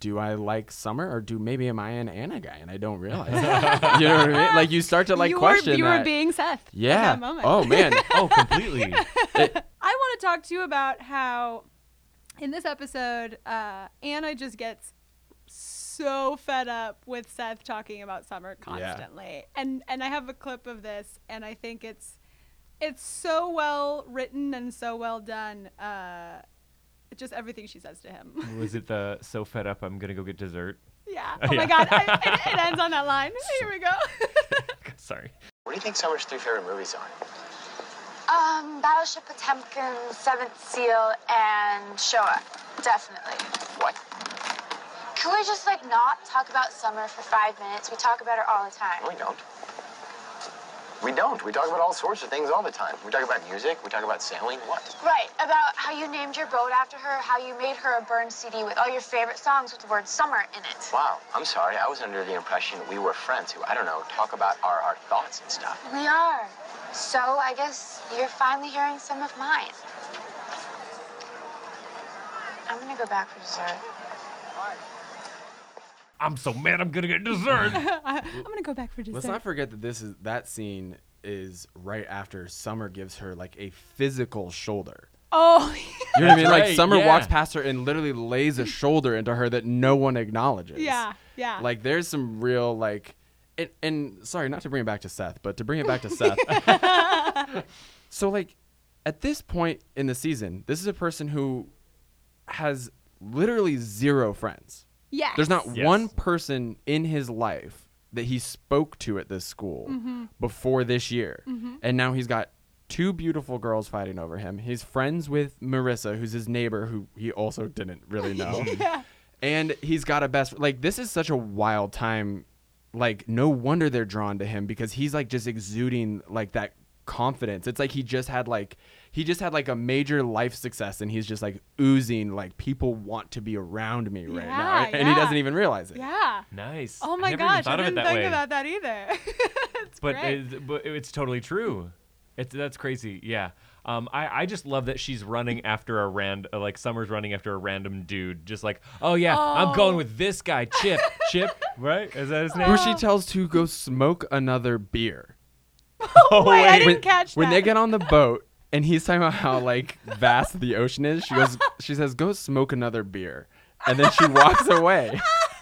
S3: do I like Summer or do maybe am I an Anna guy and I don't realize? it? you know what I mean? Like you start to like
S1: you
S3: question
S1: were, you
S3: that.
S1: were being Seth. at
S3: yeah.
S1: that moment.
S3: Oh man.
S2: Oh, completely.
S1: I want to talk to you about how in this episode, uh, Anna just gets so fed up with Seth talking about Summer constantly. And and I have a clip of this and I think it's it's so well written and so well done. Uh, just everything she says to him.
S2: Was it the so fed up I'm gonna go get dessert?
S1: yeah. Oh
S2: Yeah.
S1: my god. I, it, it ends on that line. Here we go.
S2: Sorry.
S4: What do you think Summer's three favorite movies are?
S5: Um, Battleship Potemkin, Seventh Seal, and Showa. Definitely.
S4: What?
S5: Can we just, like, not talk about summer for five minutes? We talk about her all the
S4: No,
S5: time.
S4: we don't. We don't. We talk about all sorts of things all the time. We talk about music. We talk about sailing. What?
S5: Right, about how you named your boat after her, how you made her a burned CD with all your favorite songs with the word summer in it.
S4: Wow. I'm sorry. I was under the impression we were friends who I don't know talk about our our thoughts and stuff.
S5: We are. So I guess you're finally hearing some of mine. I'm gonna go back for dessert.
S2: I'm so mad I'm gonna get dessert.
S1: I'm gonna go back for dessert.
S3: Let's not forget that this is that scene is right after Summer gives her like a physical shoulder.
S1: oh
S3: You know what I mean?
S2: That's
S3: Like
S2: right,
S3: Summer
S2: yeah.
S3: walks past her and literally lays a shoulder into her that no one acknowledges.
S1: yeah, yeah.
S3: Like there's some real like and, and sorry, not to bring it back to Seth, but to bring it back to Seth. so like at this point in the season, this is a person who has literally zero friends.
S1: yes.
S3: There's not
S2: Yes.
S3: one person in his life that he spoke to at this school before this year. And now he's got two beautiful girls fighting over him. He's friends with Marissa, who's his neighbor, who he also didn't really know. And he's got a best like this is such a wild time. Like no wonder they're drawn to him because he's like just exuding like that confidence. It's like he just had like he just had like a major life success and he's just like oozing like people want to be around me right now.
S1: Yeah,
S3: And
S1: yeah.
S3: he doesn't even realize it.
S1: Yeah.
S2: Nice.
S1: Oh
S2: I
S1: my
S2: never even
S1: gosh, I
S2: thought of it
S1: didn't
S2: that
S1: think
S2: way.
S1: about that either. it's
S2: but
S1: great.
S2: it, but it's totally true. It's that's crazy. Yeah. Um, I, I just love that she's running after a rand uh, like Summer's running after a random dude, just like, oh yeah, I'm going with this guy, Chip. Chip, right? Is that his name?
S3: Who she tells to go smoke another beer.
S2: Oh,
S1: Wait, I didn't
S3: when,
S1: catch
S3: when
S1: that.
S3: they get on the boat and he's talking about how like vast the ocean is, she goes she says, Go smoke another beer. And then she walks away.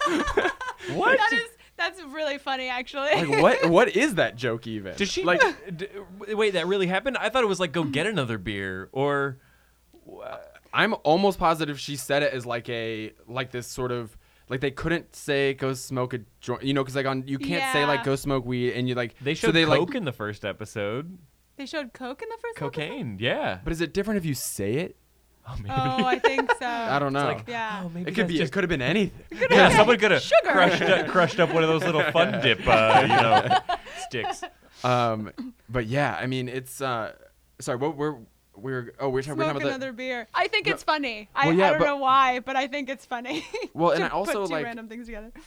S2: what?
S1: Oh, that is that's really funny actually.
S3: Like what what is that joke even?
S2: Does she
S3: like
S2: like? d- wait, that really happened? I thought it was like go get another beer or
S3: I'm almost positive she said it as like a like this sort of like they couldn't say go smoke a joint, you know, because like on you can't say like
S1: Yeah.
S3: go smoke weed and you like
S2: they
S3: so
S2: showed
S3: they
S2: coke
S3: like
S2: in the first episode.
S1: they showed coke in the first episode?
S2: Cocaine, yeah.
S3: but is it different if you say it?
S2: oh, maybe.
S1: Oh, I think so.
S3: I don't know.
S2: Like,
S1: Yeah.
S2: oh, maybe
S3: it could
S2: that's
S3: be
S2: Just,
S3: it could have been anything.
S2: yeah, someone could have
S1: Sugar.
S2: crushed up, crushed up one of those little fun dip, uh, you know, sticks.
S3: um but yeah, I mean it's uh sorry, what we're we're oh we're talking, we're
S1: Smoke
S3: talking about
S1: another beer. I think it's funny. I,
S3: Well, yeah,
S1: I don't
S3: but-
S1: know why, but I think it's funny.
S3: Well, and
S1: to
S3: I also,
S1: put two
S3: like-
S1: random things together.
S3: the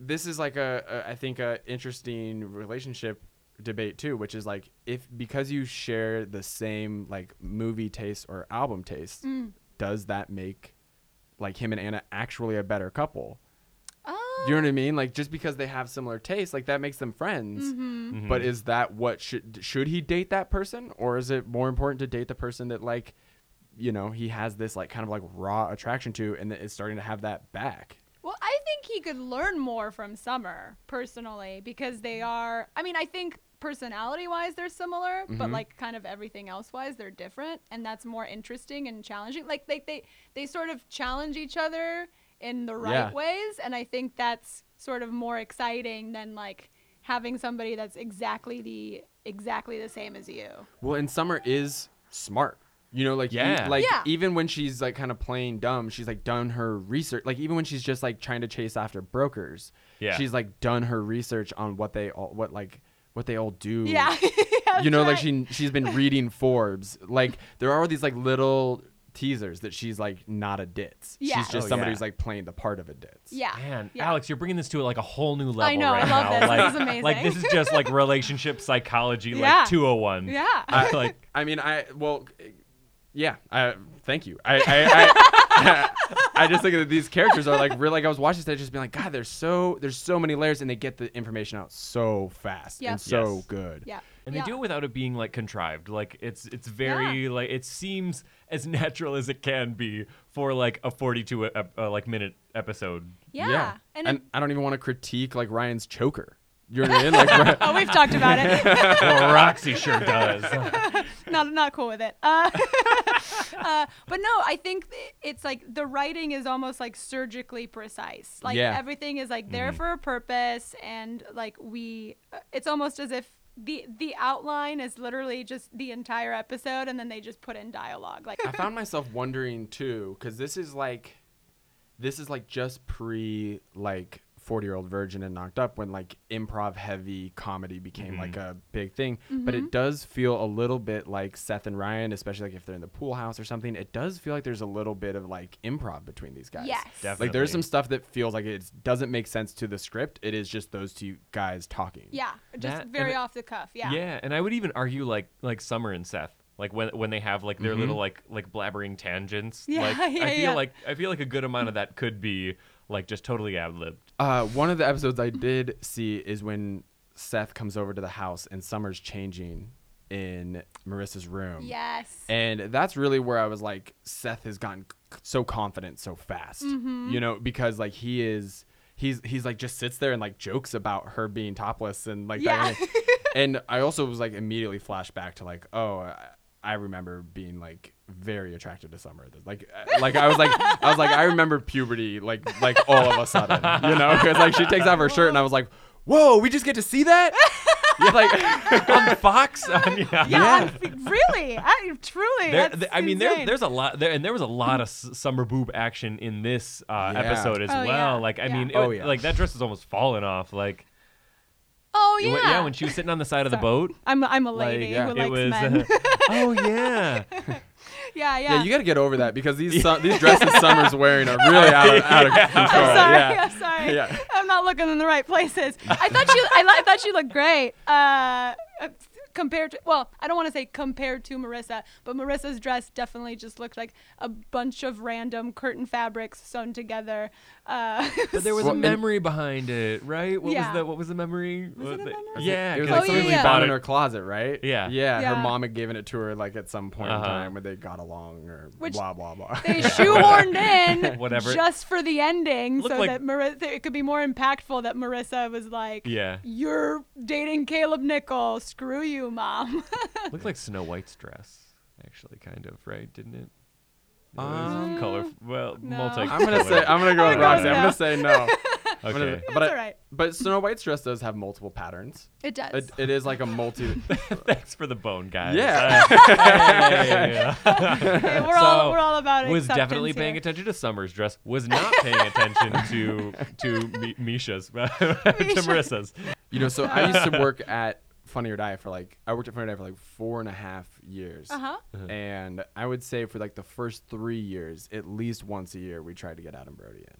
S3: this is like a, a I think a interesting relationship debate too, which is like if because you share the same like movie taste or album taste, does that make like him and Anna actually a better couple?
S1: Oh,
S3: You know what I mean? Like just because they have similar tastes, like that makes them friends. But is that what should should he date that person, or is it more important to date the person that like, you know, he has this like kind of like raw attraction to, and that is starting to have that back?
S1: Well, I think he could learn more from Summer personally because they are. I mean, I think personality wise they're similar, but like kind of everything else wise they're different, and that's more interesting and challenging. Like they they they sort of challenge each other in the right
S3: Yeah.
S1: ways, and I think that's sort of more exciting than like having somebody that's exactly the exactly the same as you.
S3: Well, and Summer is smart. You know, like e-
S2: Yeah.
S3: like
S1: Yeah.
S3: even when she's like kind of playing dumb, she's like done her research. Like even when she's just like trying to chase after brokers,
S2: Yeah.
S3: she's like done her research on what they all what like what they all do.
S1: Yeah.
S3: you know, like
S1: That's right.
S3: she she's been reading Forbes. Like there are these like little teasers that she's like not a ditz.
S1: Yeah.
S3: She's just
S2: Oh,
S3: somebody
S2: yeah.
S3: who's like playing the part of a ditz.
S1: Yeah.
S2: Man,
S1: yeah.
S2: Alex, you're bringing this to like a whole new level
S1: know, I
S2: right
S1: love
S2: now.
S1: this.
S2: Like,
S1: This is amazing.
S2: like this is just like relationship psychology, like
S1: Yeah.
S2: 201.
S1: Yeah.
S2: I feel like
S3: I mean, I well, yeah. I thank you. I I, I, I just think that these characters are like really. Like I was watching this, I just being like, God, there's so there's so many layers, and they get the information out so fast
S1: Yeah.
S3: and so
S2: Yes.
S3: good.
S1: yeah.
S2: And they
S1: yeah.
S2: do it without it being like contrived. Like it's it's very like it seems as natural as it can be for like a 42 ep- uh, like minute episode.
S1: Yeah.
S3: And,
S1: And, it-
S3: I don't even want to critique like Ryan's choker. You know what I mean? Like
S1: oh, we've talked about it.
S2: well, Roxy sure does.
S1: not not cool with it. Uh, uh, but no, I think th- it's like the writing is almost like surgically precise. Like
S3: Yeah.
S1: everything is like
S2: Mm-hmm.
S1: there for a purpose, and like we, uh, it's almost as if the the outline is literally just the entire episode, and then they just put in dialogue. Like
S3: I found myself wondering too, because this is like, this is like just pre like forty year old virgin and knocked up when like improv heavy comedy became like a big thing. But it does feel a little bit like Seth and Ryan, especially like if they're in the pool house or something. It does feel like there's a little bit of like improv between these guys.
S1: yes,
S2: Definitely.
S3: Like there's some stuff that feels like it doesn't make sense to the script. It is just those two guys talking.
S1: yeah, just
S2: That-
S1: very
S2: and it-
S1: off the cuff. Yeah,
S2: Yeah. and I would even argue like like Summer and Seth, like when when they have like their little like
S3: Mm-hmm.
S2: like blabbering tangents.
S1: Yeah,
S2: like,
S1: yeah,
S2: I feel
S1: yeah.
S2: like I feel like a good amount of that could be like just totally ad libbed.
S3: Uh, one of the episodes I did see is when Seth comes over to the house and Summer's changing in Marissa's room.
S1: yes,
S3: And that's really where I was like, Seth has gotten c- so confident so fast,
S1: Mm-hmm.
S3: you know, because like he is, he's he's like just sits there and like jokes about her being topless and like
S1: Yeah.
S3: that. kind of- and I also was like immediately flashed back to like, oh, I, I remember being like very attractive to Summer. Like, uh, like I was like, I was like, I remember puberty like like all of a sudden, you know, because like she takes off her shirt and I was like, whoa, we just get to see that. Yeah, like.
S2: On Fox, on, yeah.
S1: yeah, I- really, I, truly.
S2: There,
S1: that's
S2: th- I mean, there,
S1: insane.
S2: there's a lot there, and there was a lot of s- summer boob action in this uh,
S3: Yeah.
S2: episode as
S1: Oh,
S2: well.
S1: yeah.
S2: Like, I
S1: Yeah.
S2: mean, it,
S3: Oh,
S2: was-
S3: yeah.
S2: like that dress was almost falling off. Like,
S1: oh
S2: it
S1: yeah,
S2: wa- when she was sitting on the side of the boat,
S1: I'm I'm a
S2: like,
S1: lady
S3: yeah.
S1: who
S2: it
S1: likes
S2: was.
S1: men.
S2: uh, oh yeah,
S1: yeah, yeah.
S3: Yeah, you got to get over that because these su- these dresses Summer's wearing are really out of, out of control.
S1: I'm sorry.
S3: Yeah.
S1: I'm sorry.
S3: Yeah.
S1: I'm not looking in the right places. I thought you. I, li- I thought you looked great. Uh, uh, compared to, well, I don't want to say compared to Marissa, but Marissa's dress definitely just looked like a bunch of random curtain fabrics sewn together. Uh,
S2: but there was a
S3: Well, and-
S2: memory behind it, right? What
S1: Yeah.
S2: was the What was the memory? What
S1: it a
S2: the-
S1: memory?
S2: Yeah,
S3: It was
S2: 'cause
S3: like
S1: Oh,
S3: something
S1: yeah,
S3: we
S1: yeah.
S3: found
S2: bought
S3: in
S2: it-
S3: her closet, right?
S2: Yeah.
S3: Yeah. Her
S1: Yeah.
S3: mom had given it to her like at some point
S2: Uh-huh.
S3: in time when they got along or
S1: Which
S3: blah blah blah.
S1: they shoehorned in
S2: Whatever.
S1: just for the ending,
S2: Looked
S1: so
S2: like-
S1: that Marissa it could be more impactful. That Marissa was like,
S2: Yeah.
S1: you're dating Caleb Nickel. Screw you, mom."
S2: Looked like Snow White's dress, actually, kind of right, didn't it? It
S3: Um,
S2: was color, well,
S1: no.
S2: multi.
S3: I'm gonna say I'm gonna go with
S1: go with
S3: Roxy. I'm
S1: no.
S3: gonna say no. I'm gonna-
S2: Okay.
S3: but
S1: That's
S3: I-
S1: all right.
S3: but Snow White's dress does have multiple patterns.
S1: it does.
S3: It, it is like a multi.
S2: Thanks for the bone, guys.
S3: Yeah.
S2: Hey.
S1: Hey, we're all
S2: So,
S1: we're all about
S2: was
S1: acceptance
S2: definitely paying
S1: here.
S2: attention to Summer's dress. Was not paying attention to to Mi- Misha's, to Marissa's.
S3: You know, so I used to work at Funny or Die for like I worked at Funny or Die for like four and a half years.
S1: Uh-huh.
S3: And I would say for like the first three years, at least once a year, we tried to get Adam Brody in.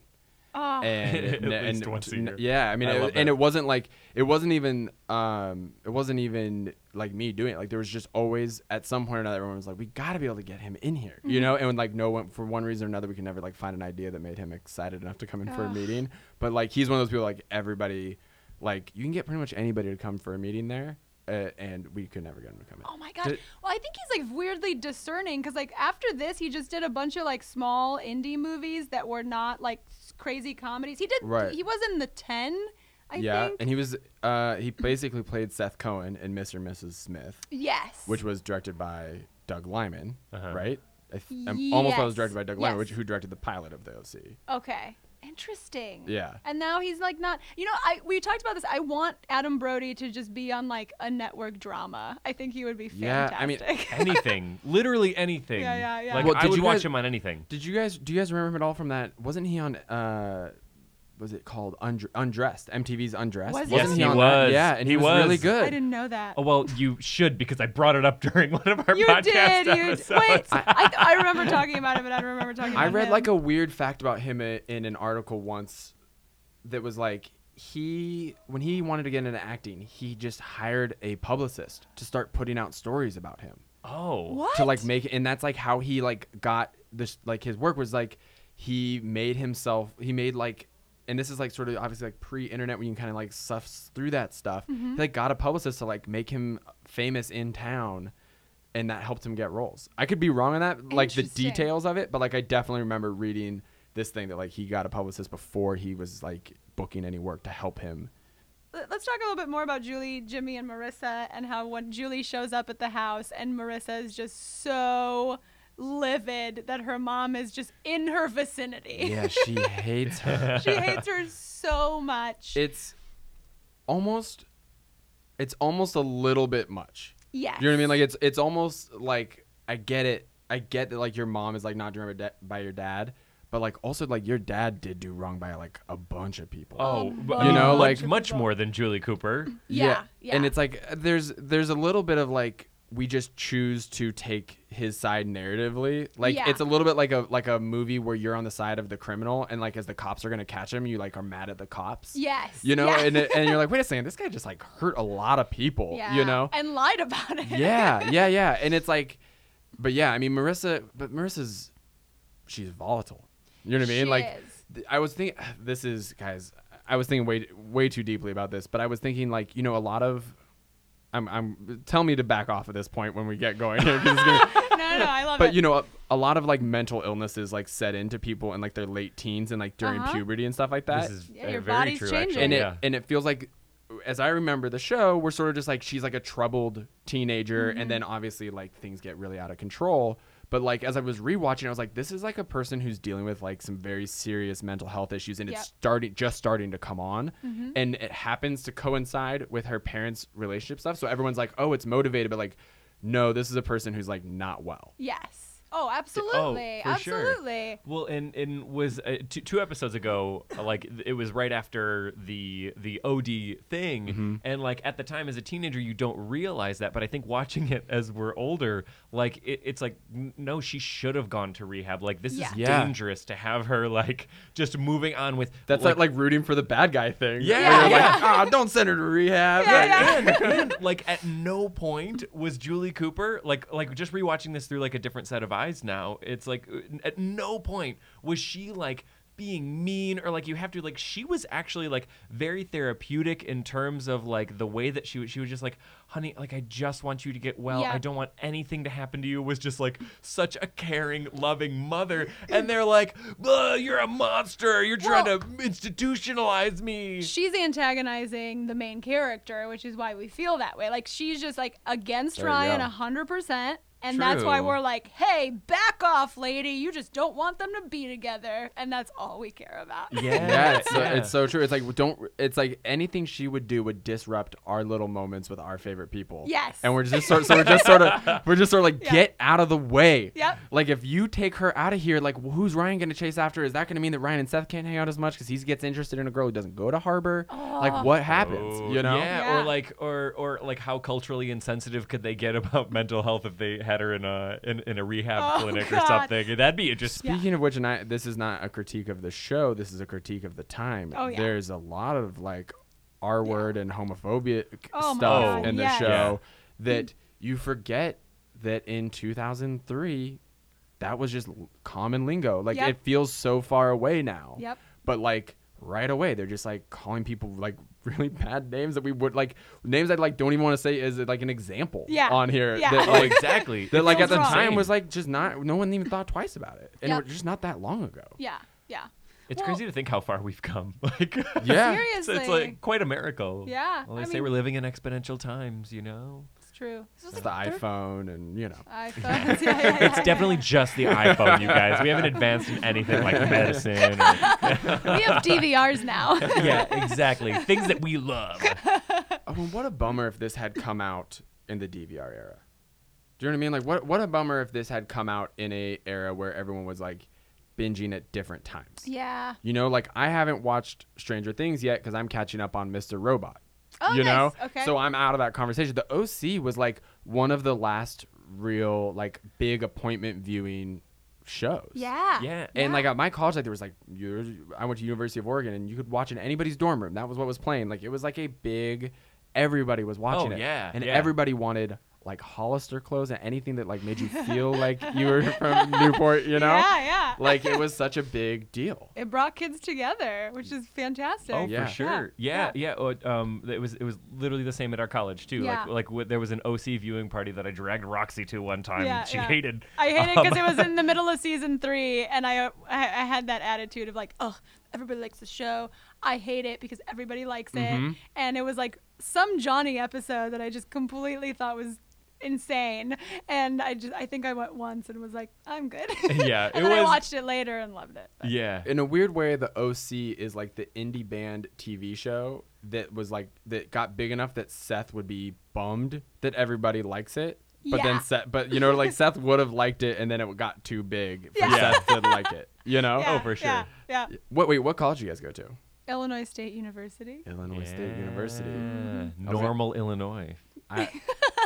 S1: Oh,
S2: Ah.
S3: and
S2: At
S3: and-
S2: least
S3: and-
S2: once a
S3: n-
S2: year.
S3: Yeah, I mean,
S2: I
S3: it,
S2: love
S3: and
S2: that.
S3: it wasn't like it wasn't even um it wasn't even like me doing it. Like there was just always at some point or another, everyone was like, we got to be able to get him in here, you
S2: Mm-hmm.
S3: know. And like no one for one reason or another, we could never like find an idea that made him excited enough to come in for a meeting. But like he's one of those people like everybody, like you can get pretty much anybody to come for a meeting there, uh, and we could never get him to come in.
S1: oh my god.
S3: Did-
S1: well, I think he's like weirdly discerning because like after this, he just did a bunch of like small indie movies that were not like s- crazy comedies. He did.
S3: Right.
S1: He was in the ten. I
S3: yeah,
S1: think.
S3: and he was uh he basically played Seth Cohen in Mr. and Mrs. Smith.
S1: yes.
S3: which was directed by Doug
S2: Uh-huh.
S3: Lyman, right? I th- I'm
S1: Yes.
S3: almost always directed by Doug
S1: Yes.
S3: Lyman, which who directed the pilot of the OC.
S1: okay. interesting.
S3: Yeah.
S1: And now he's like not. You know, I we talked about this. I want Adam Brody to just be on like a network drama. I think he would be
S3: Yeah, I mean-
S1: fantastic.
S2: Anything, literally anything.
S1: Yeah, yeah, yeah.
S2: Like,
S3: Well,
S2: I
S3: did
S2: would
S3: you
S2: watch
S3: guys-
S2: him on anything.
S3: Did you guys? Do you guys remember him at all from that? Wasn't he on? uh Was it called Undr- Undressed? MTV's Undressed.
S1: Was he
S3: Wasn't
S1: on
S3: he
S1: that?
S3: on
S2: Yes,
S3: that?
S2: he
S3: Yeah, and he,
S2: was.
S3: was,
S2: He
S3: really
S2: was.
S3: good.
S1: I didn't know that.
S2: Oh, well, you should because I brought it up during one of our
S1: you
S2: podcast
S1: did. You d-
S2: episodes.
S1: wait. I, th- I remember talking about him, and I don't remember talking. about
S3: I read
S1: him.
S3: like a weird fact about him i- in an article once that was like he when he wanted to get into acting, he just hired a publicist to start putting out stories about him
S2: Oh.
S1: what
S3: to like make and that's like how he like got this like his work was like he made himself he made like and this is like sort of obviously like pre-internet when you kind of like suffs through that stuff.
S1: Mm-hmm.
S3: He like got a publicist to like make him famous in town, and that helped him get roles. I could be wrong on that, like the
S1: Interesting.
S3: details of it, but like I definitely remember reading this thing that like he got a publicist before he was like booking any work to help him.
S1: Let- Let's talk a little bit more about Julie, Jimmy, and Marissa, and how when Julie shows up at the house and Marissa is just so livid that her mom is just in her vicinity.
S3: Yeah, she hates her.
S1: she hates her so much.
S3: It's almost, it's almost a little bit much.
S1: yes.
S3: You know what I mean? Like it's it's almost like I get it. I get that like your mom is like not driven da- by your dad, but like also like your dad did do wrong by like a bunch of people.
S2: Oh,
S1: Oh,
S2: but-
S3: You know,
S2: much-
S3: like-
S2: much more than Julie Cooper.
S1: yeah, yeah.
S3: And it's like there's there's a little bit of like we just choose to take his side narratively. Like
S1: Yeah.
S3: it's a little bit like a like a movie where you're on the side of the criminal and like as the cops are gonna catch him, you like are mad at the cops.
S1: Yes.
S3: You know,
S1: yeah.
S3: and it- and you're like, wait a second, this guy just like hurt a lot of people.
S1: Yeah.
S3: You know,
S1: and lied about it.
S3: yeah, yeah, yeah. And it's like, but yeah, I mean, Marissa, but Marissa's, she's volatile. You know what I mean?
S1: She
S3: like,
S1: is.
S3: th- I was thinking, this is, guys, I was thinking way, way too deeply about this, but I was thinking, like, you know, a lot of, I'm, I'm, tell me to back off at this point when we get going here. 'cause it's gonna-
S1: no, no, no, I love it.
S3: but you know, a, a lot of like mental illnesses like set into people in like their late teens and like during
S1: Uh-huh.
S3: puberty and stuff like that
S2: This is
S1: Yeah,
S2: uh,
S1: your
S2: very
S1: body's
S2: true,
S1: changing.
S2: actually.
S3: and
S2: yeah.
S3: it and it feels like as I remember the show, we're sort of just like she's like a troubled teenager, and then obviously like things get really out of control. But like as I was rewatching, I was like, this is like a person who's dealing with like some very serious mental health issues, and
S1: Yep.
S3: it's starting just starting to come on, and it happens to coincide with her parents' relationship stuff. So everyone's like, oh, it's motivated, but like, no, this is a person who's like not well.
S1: yes. Oh, absolutely.
S2: Oh, for sure.
S1: absolutely.
S2: Well, and and was uh, two, two episodes ago, uh, like th- it was right after the the OD thing,
S3: Mm-hmm.
S2: and like at the time as a teenager, you don't realize that, but I think watching it as we're older, like it, it's like n- no, she should have gone to rehab. Like this
S1: Yeah.
S2: is
S3: Yeah.
S2: dangerous to have her like just moving on with
S3: That's like, like rooting for the bad guy thing.
S2: Yeah,
S3: Where you're
S2: yeah.
S3: like, oh, don't send her to rehab.
S1: Yeah,
S3: Like,
S1: yeah.
S2: and, and, like at no point was Julie Cooper like like just rewatching this through like a different set of eyes now. It's like n- at no point was she like being mean or like you have to like she was actually like very therapeutic in terms of like the way that she was she was just like honey like I just want you to get well
S1: Yeah.
S2: I don't want anything to happen to you was just like such a caring loving mother and they're like "Ugh, you're a monster you're trying
S1: Well-
S2: to institutionalize me
S1: she's antagonizing the main character, which is why we feel that way. Like she's just like against
S3: you
S1: Ryan
S3: go.
S1: a hundred percent. And that's why
S2: True.
S1: we're like, hey, back off, lady. You just don't want them to be together. And that's all we care about.
S3: yeah, it's, so, it's so true. It's like don't. It's like anything she would do would disrupt our little moments with our favorite people.
S1: Yes.
S3: and we're just sort. So we're just sort of. We're just sort of like get out of the way.
S1: Yep.
S3: Like if you take her out of here, like wh- who's Ryan going to chase after? Is that going to mean that Ryan and Seth can't hang out as much because he gets interested in a girl who doesn't go to Harbor? Like what happens?
S2: Oh,
S3: you know.
S2: Yeah,
S1: Yeah.
S2: or like or or like how culturally insensitive could they get about mental health if they had her in a in, in a rehab
S1: Oh,
S2: clinic
S1: God.
S2: or something? That'd be interesting.
S3: Speaking of which, and I, this is not a critique of the show. This is a critique of the time.
S1: Oh, yeah.
S3: There's a lot of like R word and homophobia
S1: Oh, my
S3: stuff
S2: God,
S3: in the
S1: yes.
S3: show that you forget that in 2003, that was just l- common lingo. Like
S1: Yep.
S3: it feels so far away now.
S1: Yep.
S3: But like right away, they're just like calling people like really bad names that we would like names I like don't even want to say is like an example
S1: Yeah.
S3: on here.
S1: Yeah.
S3: That,
S2: Oh,
S3: like,
S2: exactly.
S3: that
S2: It
S3: like at
S2: feels
S3: the
S2: wrong.
S3: time was like just not no one even thought twice about it and
S1: Yeah.
S3: we're just not that long ago
S1: Yeah. Yeah.
S2: It's
S1: Well,
S2: crazy to think how far we've come. Like
S3: yeah
S2: it's, it's
S1: Seriously.
S2: like quite a miracle.
S1: Yeah,
S2: Well, they
S1: I
S2: say
S1: mean-
S2: we're living in exponential times, you know.
S1: It's true. This was
S3: It's
S1: like
S3: the
S1: thir-
S3: iPhone and you know.
S1: iPhones. Yeah, yeah, yeah,
S2: It's definitely just the iPhone, you guys. We haven't advanced in anything like medicine. Or,
S1: yeah. We have DVRs now.
S2: yeah, exactly. Things that we love.
S3: Oh, and what a bummer if this had come out in the DVR era. Do you know what I mean? Like, what what a bummer if this had come out in a era where everyone was like binging at different times.
S1: yeah.
S3: You know, like I haven't watched Stranger Things yet because I'm catching up on Mr. Robot.
S1: Oh,
S3: you
S1: nice.
S3: know,
S1: Okay.
S3: so I'm out of that conversation. The OC was like one of the last real like big appointment viewing shows.
S1: yeah.
S2: Yeah.
S3: And
S1: Yeah.
S3: like at my college, like there was like you- I went to University of Oregon, and you could watch in anybody's dorm room. That was what was playing. Like it was like a big, everybody was watching
S2: Oh,
S3: it.
S2: yeah,
S3: and
S2: yeah.
S3: everybody wanted like Hollister clothes and anything that like made you feel like you were from Newport. You know,
S1: Yeah, yeah.
S3: like it was such a big deal.
S1: it brought kids together, which is fantastic.
S2: Oh,
S3: Yeah.
S2: for sure. Yeah, yeah. oh, it, um, it was it was literally the same at our college too.
S1: Yeah.
S2: Like like w- there was an OC viewing party that I dragged Roxy to one time.
S1: Yeah,
S2: and she
S1: yeah.
S2: hated.
S1: I hate it because it
S2: Um,
S1: was in the middle of season three, and I, I I had that attitude of like, oh, everybody likes the show. I hate it because everybody likes it,
S2: Mm-hmm.
S1: and it was like some Johnny episode that I just completely thought was insane, and I just I think I went once and was like, I'm good.
S2: Yeah,
S1: and
S2: it
S1: then I
S2: was-
S1: watched it later and loved it. but-
S2: Yeah.
S3: in a weird way, the OC is like the indie band TV show that was like that got big enough that Seth would be bummed that everybody likes it. But
S1: Yeah.
S3: then Seth, but you know, like Seth would have liked it, and then it got too big for
S2: Yeah.
S3: Seth to like it. You know?
S1: Yeah,
S2: Oh, for sure.
S1: Yeah, yeah.
S3: What? Wait, what college you guys go to?
S1: Illinois State University.
S3: Illinois State
S2: Yeah. Mm-hmm.
S3: University.
S2: Normal, Illinois.
S3: I,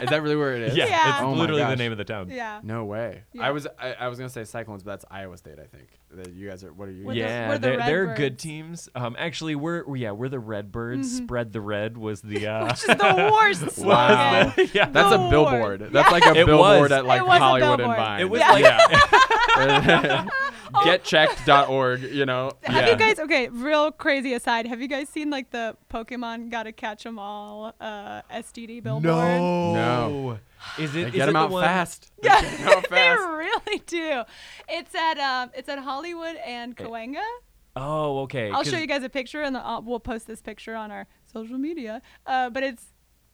S3: is that really where it is?
S2: Yeah,
S1: Yeah.
S2: that's
S3: Oh my
S2: literally the
S3: gosh.
S2: name of the town.
S1: Yeah.
S3: No way.
S1: Yeah.
S3: I was I, I was gonna say Cyclones, but that's Iowa State, I think. That you guys are. What are you?
S1: We're the-
S2: yeah,
S1: we're the
S2: they're, they're good
S1: Redbirds.
S2: teams. Um, actually, we're we're- yeah we're the Redbirds.
S1: Mm-hmm.
S2: Spread the red was the uh,
S1: Which is the worst slogan.
S2: yeah.
S3: That's
S1: The
S3: a
S1: word.
S3: billboard. That's like a
S2: It was.
S3: billboard at like
S1: It was a
S3: Hollywood and
S1: billboard.
S3: Vine.
S2: it was
S1: Yeah.
S2: like
S3: getchecked.org, you know.
S1: Have you
S2: Yeah.
S1: guys okay? Real crazy aside, have you guys seen like the Pokemon "Gotta Catch 'Em All" uh, STD billboard?
S2: no Is it
S3: They
S2: is
S3: get
S2: it
S3: them
S2: the
S3: out
S2: one-
S3: fast.
S1: Yeah,
S3: They get 'em out
S1: they
S3: fast.
S1: really do. It's at um, it's at Hollywood and Cahuenga.
S2: Oh, okay.
S1: I'll show
S2: 'cause-
S1: you guys a picture, and uh, we'll post this picture on our social media. Uh, but it's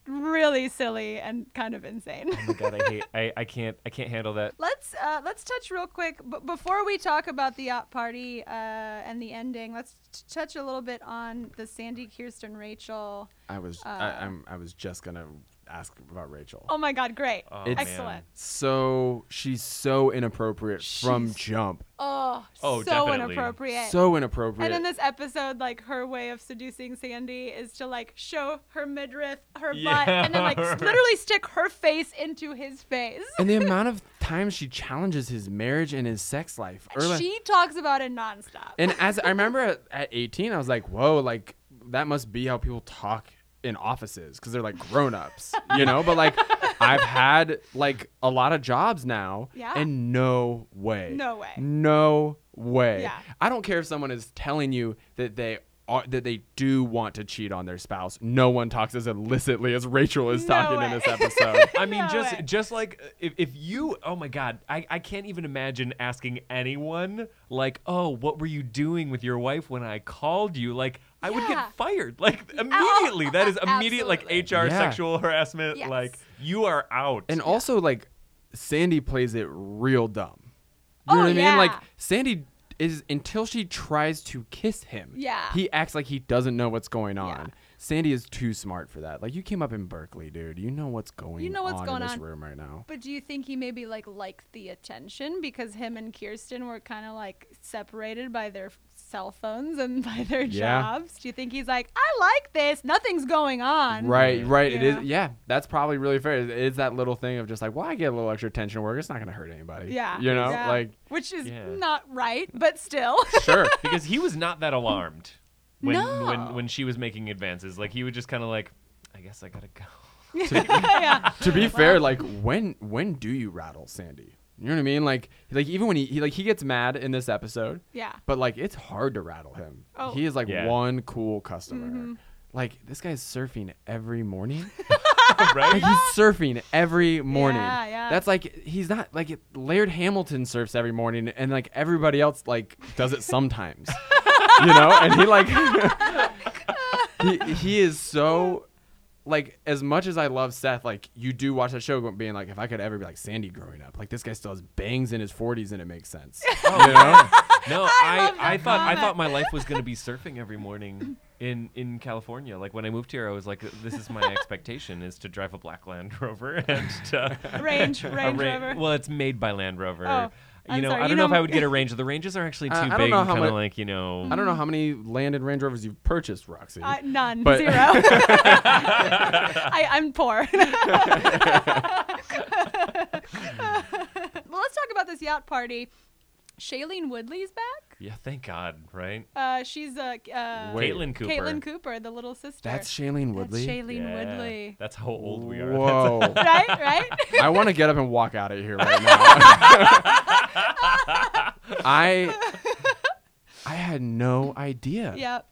S1: really silly and kind of insane.
S2: Oh my God, I hate. I, I can't. I can't handle that.
S1: Let's uh, let's touch real quick b- before we talk about the yacht party uh, and the ending. Let's t- touch a little bit on the Sandy Kirsten Rachel.
S3: I was I, I'm I was just going to ask about Rachel.
S1: Uh. Oh my God, great,
S2: Oh,
S3: It's-
S1: excellent.
S3: So she's so inappropriate from
S1: She's-
S3: jump.
S1: Oh,
S2: Oh,
S1: so
S2: definitely.
S1: inappropriate.
S3: So inappropriate.
S1: and in this episode, like her way of seducing Sandy is to like show her midriff, her butt, and then like
S2: Yeah.
S1: s- literally stick her face into his face.
S3: and the amount of times she challenges his marriage and his sex life. Erla-
S1: She talks about it nonstop.
S3: And as I remember at, at 18, I was like, whoa, like that must be how people talk in offices because they're like grown ups, you know? But like, I've had like a lot of jobs now,
S1: Yeah.
S3: and no way.
S1: No way.
S3: No way.
S1: Yeah.
S3: I don't care if someone is telling you that they. Are, that they do want to cheat on their spouse. No one talks as illicitly as Rachel is
S1: No
S3: talking in
S1: way.
S3: this episode.
S2: I mean,
S1: No
S2: just
S1: way.
S2: just like uh, if, if you, oh my God, I, I can't even imagine asking anyone like, oh, what were you doing with your wife when I called you? Like, I would
S1: Yeah. Oh,
S2: get fired like immediately. that is immediate like
S1: Absolutely.
S2: HR
S3: Yeah.
S2: sexual harassment.
S1: Yes.
S2: Like, you are out.
S3: And also, like, Sandy plays it real dumb. You
S1: Oh,
S3: know what I mean? Like,
S1: yeah.
S3: Sandy is until she tries to kiss him.
S1: Yeah.
S3: He acts like he doesn't know what's going on. Sandy is too smart for that. Like, you came up in Berkeley, dude. You know what's going.
S1: You know what's
S3: on
S1: going
S3: in this
S1: on.
S3: room right now.
S1: But do you think he maybe like liked the attention because him and Kirsten were kind of like separated by their f- cell phones and by their
S3: Yeah.
S1: jobs? Do you think he's like, I like this, nothing's going on?
S3: Right, right. It
S1: Yeah.
S3: is. Yeah, that's probably really fair. It is that little thing of just like, well, I get a little extra attention at work. It's not going to hurt anybody.
S1: Yeah.
S3: You know,
S1: yeah.
S3: like,
S1: which is
S2: Yeah.
S1: not right, but still.
S3: sure.
S2: because he was not that alarmed when
S1: No.
S2: when when she was making advances. Like, he was just kind of like, I guess I gotta go.
S1: yeah.
S3: to be fair, like when when do you rattle Sandy? You know what I mean? Like like even when he, he like he gets mad in this episode.
S1: Yeah.
S3: But like it's hard to rattle him.
S1: Oh. Mm-hmm.
S3: He is like
S2: Yeah.
S3: one cool customer. Like this guy's surfing every morning.
S2: right?
S3: he's surfing every morning.
S1: Yeah, yeah.
S3: That's like he's not like Laird Hamilton surfs every morning and like everybody else like does it sometimes. you know? And he like he, he is so like as much as I love Seth, like you do watch that show go- being like, if I could ever be like Sandy growing up, like this guy still has bangs in his 40s and it makes sense.
S2: Oh, yeah. No,
S1: love
S2: I,
S1: that
S2: I, thought
S1: comment.
S2: I thought my life was gonna be surfing every morning in in California. Like when I moved here, I was like, this is my expectation is to drive a black Land Rover and to,
S1: Range,
S2: a
S1: Range
S2: Ra-
S1: Rover.
S2: Well, it's made by Land Rover.
S1: Oh,
S2: you
S1: I'm
S2: know,
S1: sorry.
S2: I
S1: You
S2: don't know,
S1: know-
S2: if I would get a Range. The Ranges are actually too
S3: Uh, I don't
S2: big
S3: know
S2: and
S3: how
S2: kind of
S3: mu-
S2: like you know.
S3: I don't know how many land and Range Rovers you've purchased, Roxy.
S1: Uh, none,
S3: But-
S1: zero. I, I'm poor. well, let's talk about this yacht party. Shailene Woodley's back.
S2: Yeah, thank God, right?
S1: Uh, she's a uh,
S3: Wait.
S2: Caitlin Cooper.
S1: Caitlin Cooper, the little sister.
S3: That's Shailene
S1: That's
S3: Woodley.
S1: Shailene
S2: Yeah,
S1: Woodley.
S2: That's how old we are.
S3: Whoa.
S1: Right, right.
S3: I want to get up and walk out of here right now. I I had no idea.
S1: Yep. Yeah.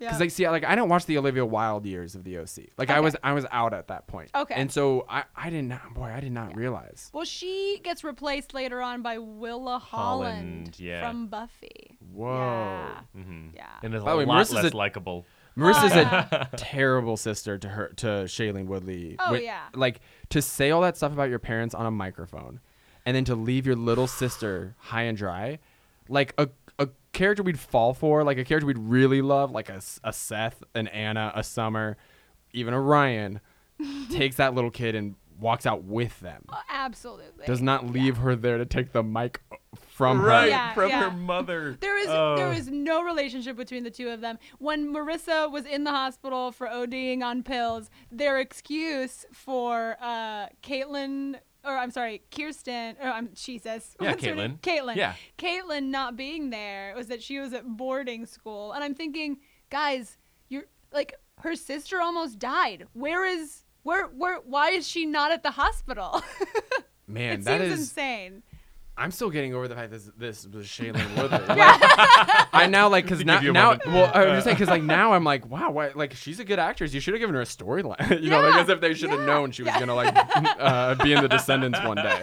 S3: Because like, see, like I don't watch the Olivia Wilde years of the OC. Like I was, I was out at that point.
S1: Okay.
S3: And so I, I did not, boy, I did not realize.
S1: well, she gets replaced later on by Willa Holland,
S2: Holland, yeah.
S1: from Buffy.
S3: Whoa.
S1: Yeah.
S2: Mhm.
S1: Yeah.
S2: And it's a
S3: By the way,
S2: lot
S3: Marissa's
S2: less
S3: a-
S2: likable.
S3: Marissa's
S1: Oh,
S3: a terrible sister to her, to Shailene Woodley.
S1: Oh,
S3: Wi-
S1: yeah.
S3: Like to say all that stuff about your parents on a microphone, and then to leave your little sister high and dry, like a. A character we'd fall for, like a character we'd really love, like a, S- a Seth, an Anna, a Summer, even a Ryan, takes that little kid and walks out with them.
S1: Uh, Absolutely.
S3: does not leave her there to take the mic from her.
S2: Right
S1: Yeah,
S2: from
S1: yeah.
S2: her mother.
S1: There is
S2: Oh.
S1: there is no relationship between the two of them. When Marissa was in the hospital for ODing on pills, their excuse for uh, Caitlyn or I'm sorry, Kirsten. Or I'm she says
S2: Yeah,
S1: what's her name? Caitlyn.
S2: Yeah.
S1: Caitlyn not being there was that she was at boarding school, and I'm thinking, guys, you're like her sister almost died. Where is where where? Why is she not at the hospital?
S3: Man,
S1: it
S3: that
S1: seems
S3: is-
S1: insane.
S3: I'm still getting over the fact that this, this was Shailene Woodley. Like, I now like because
S2: Give
S3: now,
S2: you a
S3: now
S2: moment.
S3: well I'm just saying because like now I'm like wow why, like she's a good actress you should have given her a storyline you know like
S1: Yeah,
S3: as if they should have
S1: yeah,
S3: known she was
S1: yeah.
S3: gonna like uh, be in the Descendants one day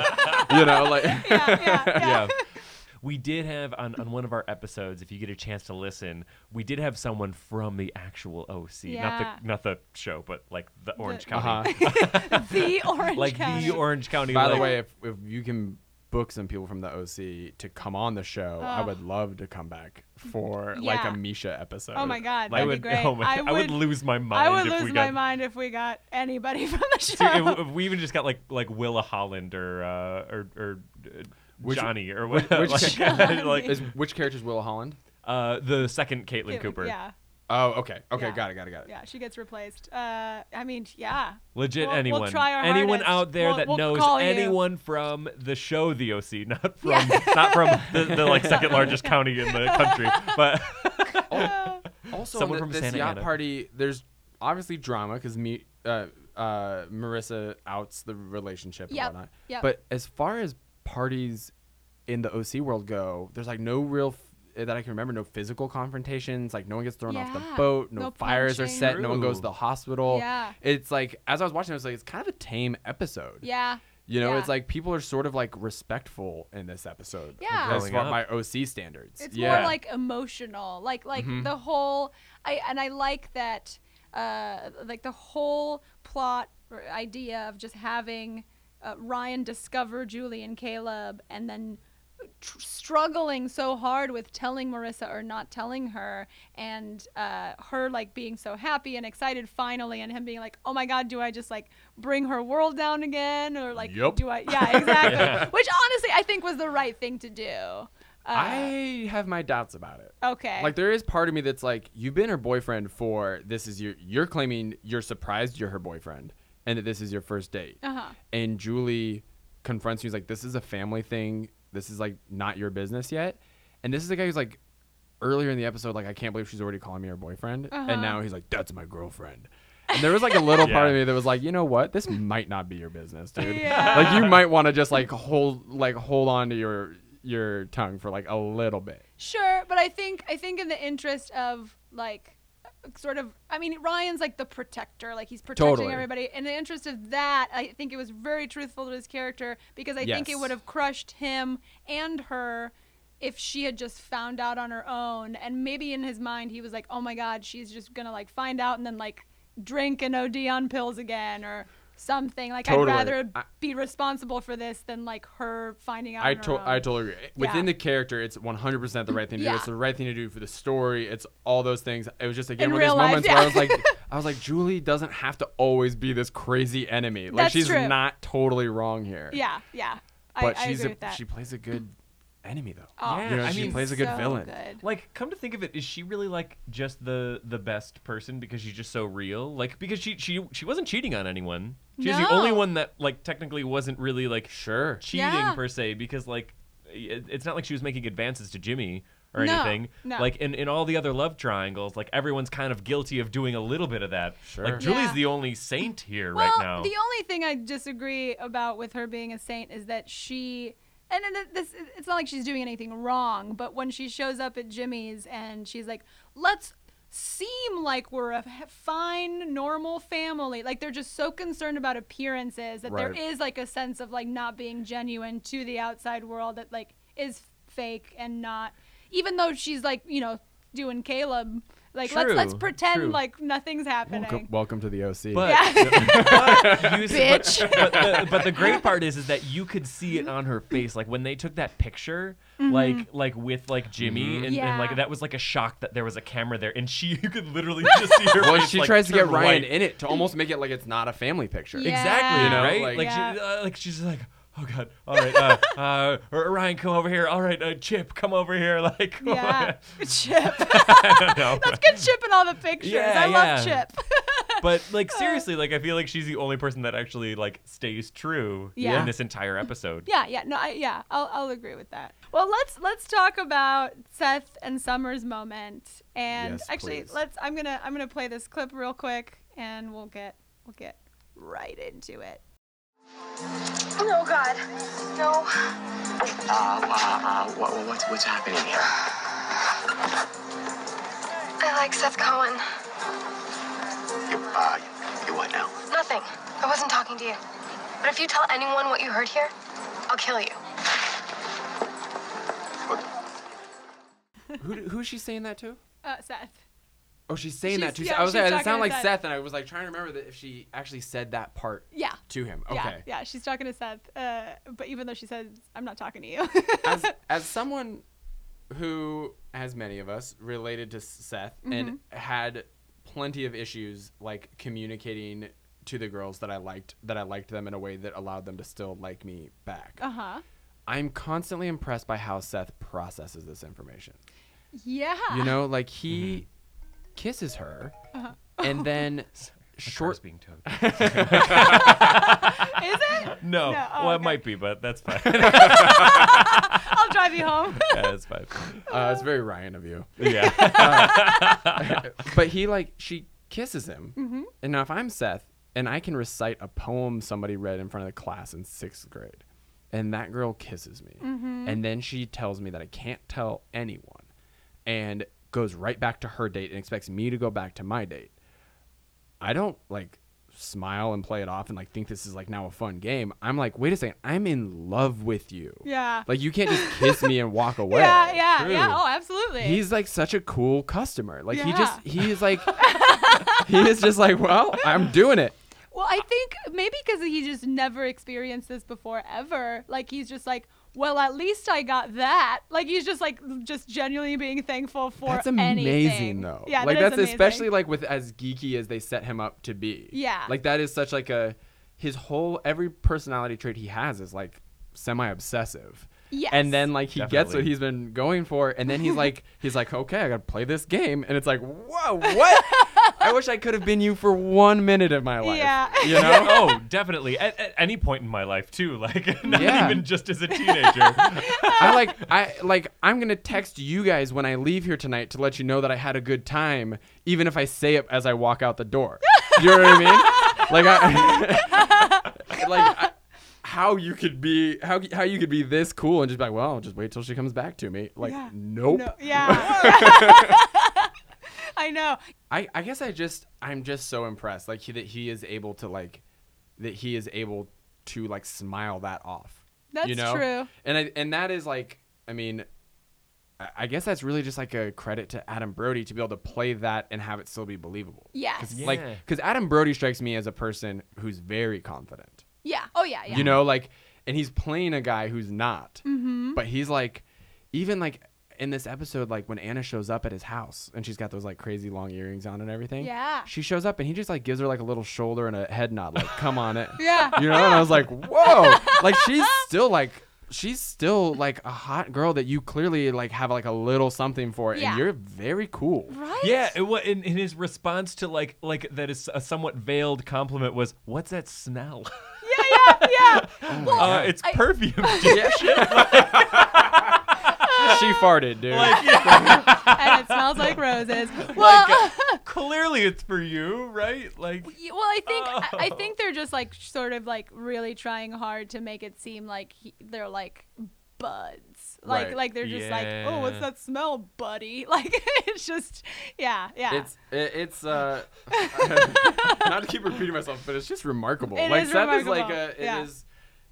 S3: you know like
S1: Yeah, yeah, yeah.
S2: yeah. We did have on, on one of our episodes, if you get a chance to listen, we did have someone from the actual OC,
S1: Yeah.
S2: not the not the show, but like the Orange
S3: uh-huh.
S2: County,
S1: The orange
S2: like
S1: County.
S2: the Orange County.
S3: by the
S2: like-
S3: way if if you can book some people from the OC to come on the show I would love to come back for like
S1: Yeah.
S3: a Misha episode
S1: Oh my God,
S2: I
S1: that'd
S2: would,
S1: be great.
S2: oh my- I, would, lose my mind.
S1: I would
S2: if
S1: lose
S2: we
S1: my
S2: got,
S1: mind if we got anybody from the show.
S2: See, if, if we even just got like like Willa Holland or uh, or, or uh,
S3: Which-
S2: Johnny or what?
S3: which
S2: like,
S1: Johnny.
S2: like,
S3: is which character is Willa Holland
S2: uh, the second Caitlin Cooper.
S1: Yeah,
S3: oh okay okay
S1: Yeah.
S3: got it got it got it
S1: yeah, she gets replaced. Uh, I mean, yeah.
S2: Legit
S1: We'll- we'll
S2: anyone.
S1: try our
S2: anyone
S1: hardest.
S2: out there
S1: We'll-
S2: that
S1: we'll call
S2: knows
S1: you.
S2: anyone from the show The OC, not from not from the, the like second largest county in the country, but
S1: Uh,
S3: Also,
S2: Someone
S3: on the,
S2: from
S3: this
S2: Santa
S3: yacht
S2: Ana.
S3: party, there's obviously drama because me, uh, uh, Marissa outs the relationship
S1: Yep,
S3: and whatnot.
S1: yep.
S3: But as far as parties in the OC world go, there's like no real f- eh, that I can remember, no physical confrontations. Like no one gets thrown off
S1: Yeah,
S3: the boat, no,
S1: no
S3: fires are
S1: punching.
S3: set, no one goes to
S2: True.
S3: the hospital.
S1: Yeah.
S3: It's like as I was watching, I was like, it's kind of a tame episode.
S1: Yeah.
S3: You know,
S1: yeah.
S3: it's like people are sort of like respectful in this episode.
S1: Yeah.
S3: As
S2: Growing
S3: far
S2: up.
S3: my OC standards.
S1: It's
S3: yeah. Mm-hmm.
S1: more like emotional, like like the whole. I and I like that, uh, like the whole plot or idea of just having uh, Ryan discover Julie and Caleb, and then tr- struggling so hard with telling Marissa or not telling her, and uh, her like being so happy and excited finally, and him being like, "Oh my God, do I just like bring her world down again?" Or like,
S3: Yup.
S1: "Do I?" Yeah, exactly. Which honestly, I think was the right thing to do. Uh,
S3: I have my doubts about it.
S1: Okay.
S3: Like there is part of me that's like, you've been her boyfriend for this is your you're claiming you're surprised you're her boyfriend and that this is your first date.
S1: Uh-huh.
S3: And Julie confronts you is like, this is a family thing. This is like not your business yet. And this is the guy who's like earlier in the episode, like I can't believe she's already calling me her boyfriend. And now he's like, that's my girlfriend. And there was like a little part of
S2: Yeah.
S3: me that was like, you know what? This might not be your business, dude.
S1: Yeah.
S3: Like you might want to just like hold like hold on to your your tongue for like a little bit.
S1: sure, but I think I think in the interest of like sort of I mean Ryan's like the protector, like he's protecting
S3: Totally.
S1: everybody. In the interest of that, I think it was very truthful to his character because I think it
S3: Yes.
S1: would have crushed him and her if she had just found out on her own and maybe in his mind he was like, "Oh my god, she's just going to like find out and then like drink and OD on pills again or something. Like
S3: Totally.
S1: I'd rather
S3: I-
S1: be responsible for this than like her finding out.
S3: I,
S1: on her
S3: to-
S1: own.
S3: I totally agree. Within the character, it's 100% the right thing to do.
S1: Yeah.
S3: It's the right thing to do for the story. It's all those things. It was just again
S1: In
S3: one of those
S1: real life,
S3: moments
S1: yeah.
S3: where I was like, I was like, Julie doesn't have to always be this crazy enemy. Like
S1: That's
S3: she's
S1: true.
S3: not totally wrong here.
S1: Yeah, yeah. I,
S3: but
S1: I
S3: she's
S1: agree
S3: a,
S1: with that.
S3: she plays a good enemy though.
S1: Oh,
S2: Yeah,
S3: you know,
S2: I
S3: she
S2: mean-
S3: plays a good
S1: so
S3: villain.
S1: good.
S2: Like, come to think of it, is she really like just the the best person because she's just so real? Like, because she she she wasn't cheating on anyone. She's the only
S1: No.
S2: one that like technically wasn't really like
S3: Sure.
S2: cheating
S1: Yeah.
S2: per se because like it- it's not like she was making advances to Jimmy or
S1: No,
S2: anything.
S1: no.
S2: Like in, in all the other love triangles, like everyone's kind of guilty of doing a little bit of that.
S3: Sure.
S2: Like Julie's
S1: Yeah.
S2: the only saint here
S1: Well,
S2: right now.
S1: the only thing I disagree about with her being a saint is that she, and then th- this, it's not like she's doing anything wrong, but when she shows up at Jimmy's and she's like, let's seem like we're a h- fine, normal family. Like they're just so concerned about appearances that
S3: Right.
S1: there is like a sense of like not being genuine to the outside world that like is fake and not, even though she's like, you know, doing Caleb. Like let's let's
S2: True,
S1: pretend
S2: true.
S1: like nothing's happening.
S3: Welcome, welcome to the OC.
S2: but, but you-
S1: Bitch.
S2: But, but the, but the great part is is that you could see it on her face. Like when they took that picture, like like with like Jimmy
S3: Mm-hmm.
S2: and,
S1: Mm-hmm. Yeah.
S2: and like that was like a shock that there was a camera there, and she you could literally just see her.
S3: well,
S2: face,
S3: she
S2: like,
S3: tries to get
S2: turn
S3: Ryan
S2: white.
S3: in it to almost make it like it's not a family picture.
S1: Yeah.
S2: Exactly,
S1: You know,
S2: right?
S3: like-
S2: Like,
S1: Yeah.
S2: she, uh, like she's like, oh god, all right, uh, uh, R- Ryan, come over here. All right, uh, Chip, come over here. Like,
S1: Yeah. Chip.
S2: I don't know.
S1: That's good Chip in all the pictures.
S2: Yeah,
S1: I love
S2: yeah.
S1: Chip.
S2: But
S1: Uh.
S2: like seriously, like I feel like she's the only person that actually like stays true
S1: Yeah.
S2: in this entire episode.
S1: yeah, yeah. No, I, yeah, I'll, I'll agree with that. Well, let's let's talk about Seth and Summer's moment. And
S3: Yes,
S1: actually,
S3: please.
S1: let's I'm going to I'm going to play this clip real quick and we'll get we'll get right into it.
S5: Oh, God. No.
S4: Uh, uh, uh, what, what's, what's happening here?
S5: I like Seth Cohen.
S4: You, uh, you what now?
S5: Nothing. I wasn't talking to you. But if you tell anyone what you heard here, I'll kill you.
S4: What?
S3: Who, who's she saying that to?
S1: Uh, Seth.
S3: Oh, she's saying that to.
S1: She's- yeah,
S3: I was
S1: she's
S3: like, it
S1: talking to
S3: sounded like
S1: Seth.
S3: Seth, and I was like trying to remember that if she actually said that part
S1: Yeah.
S3: to him. Okay.
S1: Yeah, yeah, she's talking to Seth. Uh, but even though she says, I'm not talking to you.
S3: as as someone who, as many of us, related to Seth and had plenty of issues like communicating to the girls that I liked that I liked them in a way that allowed them to still like me back.
S1: uh huh.
S3: I'm constantly impressed by how Seth processes this information.
S1: Yeah.
S3: You know, like he kisses her and then
S2: Short
S3: short
S2: being tongue.
S1: Is it?
S2: No,
S1: No, oh,
S2: well, it
S1: okay.
S2: might be, but that's fine.
S1: I'll drive you home.
S2: Yeah, that's fine.
S3: uh, it's very Ryan of you.
S2: Yeah.
S3: but he like she kisses him
S1: Mm-hmm.
S3: and now if i'm seth and i can recite a poem somebody read in front of the class in sixth grade and that girl kisses me
S1: Mm-hmm.
S3: and then she tells me that i can't tell anyone and goes right back to her date and expects me to go back to my date i don't like smile and play it off and like think this is like now a fun game i'm like wait a second i'm in love with you
S1: Yeah.
S3: like you can't just kiss me and walk away
S1: yeah, yeah, yeah.
S2: True.
S1: Oh, absolutely.
S3: He's like such a cool customer. Like he
S1: Yeah.
S3: just he is like he is just like, well, I'm doing it.
S1: Well, I think maybe because he just never experienced this before ever. Like he's just like, well, at least I got that. Like he's just like just genuinely being thankful for
S3: That's amazing
S1: anything.
S3: though.
S1: Yeah, that
S3: like
S1: is
S3: that's
S1: amazing.
S3: especially like with as geeky as they set him up to be.
S1: Yeah.
S3: Like that is such like a his whole every personality trait he has is like semi obsessive.
S1: Yes.
S3: And then like he gets what
S2: Definitely.
S3: he's been going for and then he's like he's like, Okay, I gotta play this game and it's like, Whoa, what? I wish I could have been you for one minute of my life.
S1: Yeah.
S3: You know?
S2: oh, definitely. At, at any point in my life, too. Like, not
S3: Yeah.
S2: even just as a teenager.
S3: I like I like I'm gonna text you guys when I leave here tonight to let you know that I had a good time, even if I say it as I walk out the door. You know what I mean? Like I like I, how you could be how how you could be this cool and just be like, well, I'll just wait till she comes back to me. Like,
S1: Yeah.
S3: nope.
S1: No, yeah. I know.
S3: I I guess I just I'm just so impressed. Like he, that he is able to like that he is able to like smile that off.
S1: That's
S3: you know?
S1: true.
S3: And I and that is like I mean I- I guess that's really just like a credit to Adam Brody to be able to play that and have it still be believable.
S1: Yes.
S2: Yeah.
S1: Yeah.
S3: Like, because Adam Brody strikes me as a person who's very confident.
S1: Oh yeah. Yeah.
S3: You know, like, and he's playing a guy who's not.
S1: Mm-hmm.
S3: But he's like, even like in this episode, like when Anna shows up at his house and she's got those like crazy long earrings on and everything.
S1: Yeah.
S3: She shows up and he just like gives her like a little shoulder and a head nod, like, come on it.
S1: Yeah.
S3: You know, and I was like, whoa. like, she's still like, she's still like a hot girl that you clearly like have like a little something for,
S1: Yeah.
S3: and you're very cool.
S1: Right.
S2: Yeah, it wa- and, and his response to like like that is a somewhat veiled compliment was, "What's that smell?"
S1: Yeah. Yeah. Yeah. well,
S2: Uh, it's
S1: I-
S2: perfume, dude.
S3: she farted, dude.
S2: like, yeah,
S1: and it smells like roses. Well,
S2: like, uh, clearly it's for you, right? Like,
S1: y- well, I think I- I
S2: Oh.
S1: think they're just like sort of like really trying hard to make it seem like he, they're like buds, like
S3: Right.
S1: like they're just like, oh, what's
S2: Yeah.
S1: that smell, buddy? Like it's just, yeah, yeah.
S3: It's it, it's uh not to keep repeating myself, but it's just remarkable.
S1: It
S3: like
S1: is
S3: Seth
S1: remarkable,
S3: is like a it is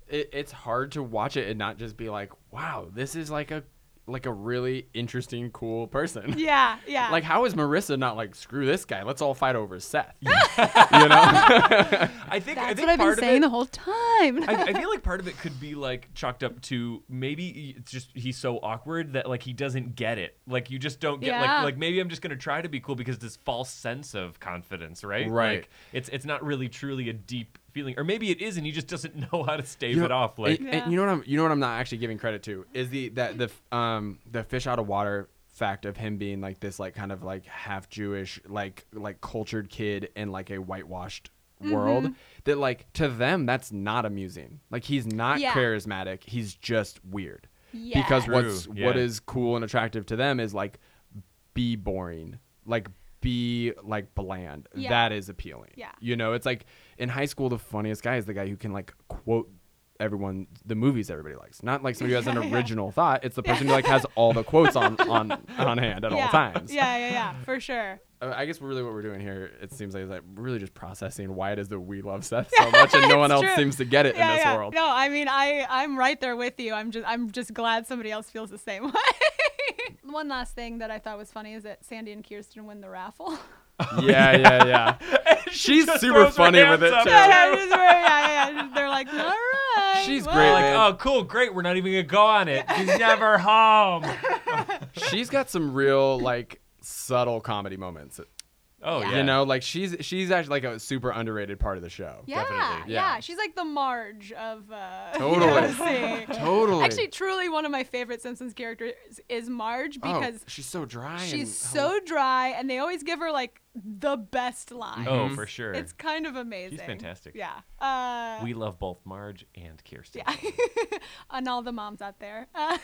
S1: yeah.
S3: it, it's hard to watch it and not just be like, wow, this is like a like a really interesting, cool person.
S1: yeah, yeah.
S3: Like how is Marissa not like screw this guy? Let's all fight over Seth. you know?
S2: I think I
S1: that's
S2: think
S1: what I've been
S2: part
S1: saying
S2: of it,
S1: the whole time.
S2: I, I feel like part of it could be like chalked up to maybe it's just he's so awkward that like he doesn't get it. Like you just don't get
S1: Yeah.
S2: like like maybe I'm just gonna try to be cool because this false sense of confidence, right?
S3: Right.
S2: Like, it's it's not really truly a deep feeling, or maybe it is, and he just doesn't know how to stave
S3: You
S2: it
S3: know-
S2: off. Like
S3: and,
S1: Yeah.
S3: and you know what I'm you know what I'm not actually giving credit to is the that the f- um the fish out of water fact of him being like this like kind of like half Jewish like like cultured kid in like a whitewashed
S1: Mm-hmm.
S3: world that like to them that's not amusing. Like he's not
S1: Yeah.
S3: charismatic, he's just weird.
S1: Yeah.
S3: Because
S2: True,
S3: what's what
S2: yeah.
S3: is cool and attractive to them is like be boring. Like be like bland.
S1: Yeah.
S3: That is appealing.
S1: Yeah.
S3: You know, it's like in high school, the funniest guy is the guy who can like quote everyone the movies everybody likes. Not like somebody who has an original thought. It's the person who like has all the quotes on on on hand at
S1: yeah.
S3: all times.
S1: Yeah, yeah, yeah, for sure.
S3: Uh, I guess really what we're doing here, it seems like, is like really just processing why it is that we love Seth so much and no one
S1: It's
S3: else
S1: true.
S3: seems to get it
S1: yeah,
S3: in this
S1: yeah.
S3: world.
S1: No, I mean I I'm right there with you. I'm just I'm just glad somebody else feels the same way. One last thing that I thought was funny is that Sandy and Kirsten win the raffle.
S3: Yeah, yeah, yeah. She's
S2: just
S3: super
S2: throws her
S3: funny with
S2: hands
S3: it
S2: up.
S3: too.
S1: yeah, yeah, just very- yeah, yeah, yeah. They're like, all right.
S3: She's
S1: well,
S3: great.
S2: like,
S3: man.
S2: oh cool, great, we're not even gonna go on it. He's never home.
S3: She's got some real like subtle comedy moments.
S2: Oh yeah.
S3: You know, like she's she's actually like a super underrated part of the show.
S1: Yeah,
S2: Definitely.
S1: yeah,
S3: Yeah.
S1: She's like the Marge of uh,
S3: Totally.
S1: TLC.
S3: Totally.
S1: Actually, truly one of my favorite Simpsons characters is Marge
S3: Oh,
S1: because
S3: she's so dry. and-
S1: she's so dry, and they always give her like the best line.
S3: Mm-hmm.
S2: Oh, for sure.
S1: It's kind of amazing.
S2: fantastic.
S1: Yeah. Uh,
S2: we love both Marge and Kirsten.
S1: yeah. and all the moms out there. Uh,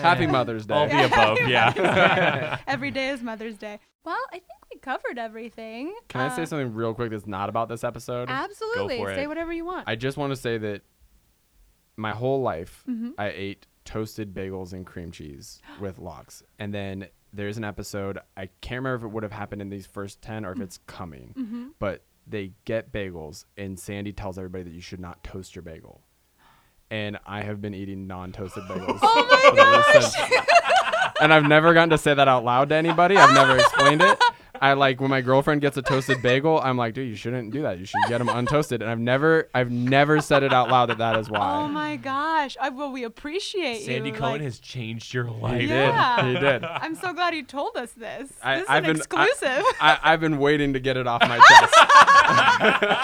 S3: happy Mother's Day.
S2: All the above, yeah.
S1: every day is Mother's Day. Well, I think we covered everything. Uh,
S3: Can I say something real quick that's not about this episode?
S1: Absolutely.
S2: for
S1: Say
S2: it.
S1: whatever you want.
S3: I just want to say that my whole life
S1: Mm-hmm.
S3: I ate toasted bagels and cream cheese with lox. And then there's an episode, I can't remember if it would have happened in these first 10 or
S1: Mm.
S3: if it's coming,
S1: Mm-hmm.
S3: but they get bagels and Sandy tells everybody that you should not toast your bagel. And I have been eating non-toasted bagels. oh my and I've never gotten to say that out loud to anybody. I've never explained it. I like when my girlfriend gets a toasted bagel. I'm like, dude, you shouldn't do that. You should get them untoasted. And I've never, I've never said it out loud that that is
S1: oh
S3: why.
S1: my gosh. I, well, we appreciate
S2: Sandy
S1: you.
S2: Cohen
S1: like-
S2: has changed your life.
S3: he
S1: Yeah.
S3: did. He did.
S1: I'm so glad you told us this.
S3: I-
S1: this is
S3: I've
S1: an
S3: been- I-
S1: exclusive.
S3: I, I've been waiting to get it off my chest.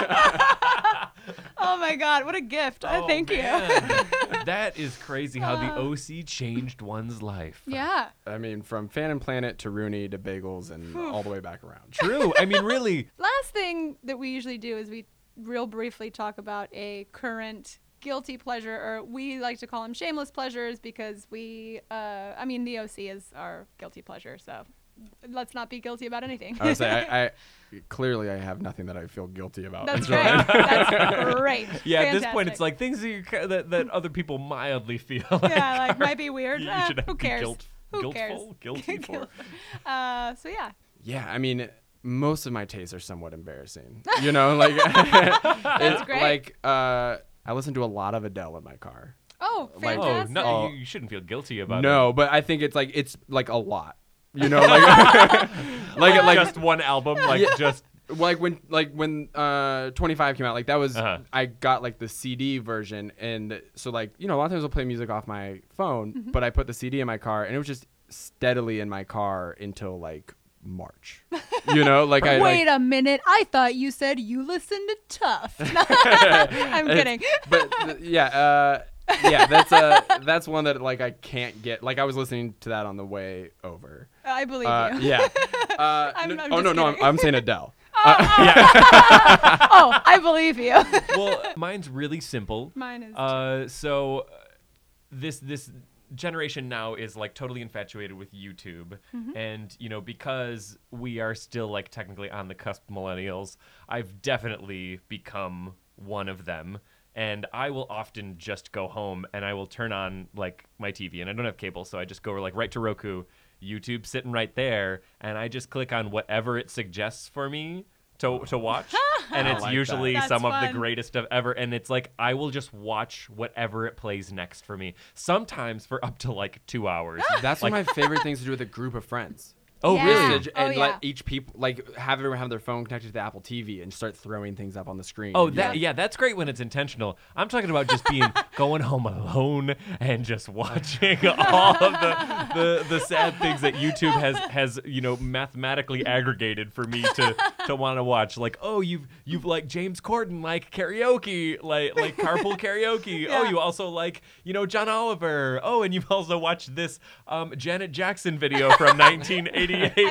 S1: oh my God. What a gift. Uh,
S2: Oh,
S1: Thank you.
S2: man. that is crazy how the OC changed one's life.
S1: Yeah.
S3: I mean, from Phantom Planet to Rooney to bagels and all the way back around.
S2: True. I mean, really.
S1: Last thing that we usually do is we real briefly talk about a current guilty pleasure, or we like to call them shameless pleasures because we, uh, I mean, the OC is our guilty pleasure, so let's not be guilty about anything.
S3: I would say I, I clearly I have nothing that I feel guilty about.
S1: That's
S3: enjoying.
S1: great. That's great.
S2: Yeah, at this point, it's
S1: Fantastic.
S2: like things that, you, ca- that, that other people mildly feel.
S1: yeah, like
S2: are-
S1: might be weird.
S2: You, you
S1: Eh,
S2: should
S1: who
S2: be
S1: cares?
S2: Guilt,
S1: who
S2: guiltful,
S1: cares?
S2: Guilty for.
S1: Uh, so yeah,
S3: Yeah, I mean, most of my tastes are somewhat embarrassing. You know, like
S1: that's great.
S3: like uh, I listen to a lot of Adele in my car.
S1: Oh,
S3: Like-
S1: fantastic.
S2: Oh, no,
S3: Oh.
S2: you- you shouldn't feel guilty about it.
S3: No, but I think it's like it's like a lot. You know, like like like
S2: just one album, like
S3: Yeah.
S2: just
S3: like when like when uh 25 came out like that was
S2: Uh-huh.
S3: i got like the cd version and so like you know a lot of times i'll play music off my phone
S1: Mm-hmm.
S3: but i put the cd in my car and it was just steadily in my car until like march you know like i
S1: Wait
S3: like,
S1: a minute. I thought you said you listened to Tough. I'm kidding.
S3: but th- yeah uh yeah that's uh that's one that like i can't get like i was listening to that on the way over
S1: I believe
S3: uh,
S1: you.
S3: yeah uh,
S1: I'm-
S3: n-
S1: I'm
S3: oh
S1: just
S3: no no I'm,
S1: kidding.
S3: I'm saying adele
S1: oh, I believe you.
S2: well, mine's really simple.
S1: Mine is
S2: Uh, so uh, this this generation now is like totally infatuated with YouTube,
S1: Mm-hmm.
S2: and you know because we are still like technically on the cusp millennials, I've definitely become one of them. And I will often just go home and I will turn on like my TV, and I don't have cable, so I just go like right to Roku, YouTube sitting right there, and I just click on whatever it suggests for me to to watch, and it's
S3: like that.
S2: usually
S1: That's
S2: some of the
S1: fun.
S2: great greatest of ever and it's like i will just watch whatever it plays next for me sometimes for up to like two hours
S3: that's one of my favorite things to do with a group of friends
S2: oh
S1: Yeah.
S2: really
S3: message
S1: Oh,
S3: and
S1: yeah.
S3: let each people like have everyone have their phone connected to the Apple TV and start throwing things up on the screen.
S2: oh
S3: And
S2: that yeah that's great when it's intentional i'm talking about just being going home alone and just watching all of the, the the sad things that youtube has has you know mathematically aggregated for me to to want to watch like oh you've you've like james corden like karaoke like like carpool karaoke oh
S1: Yeah.
S2: you also like you know John Oliver. Oh, and you've also watched this um, Janet Jackson video from 1988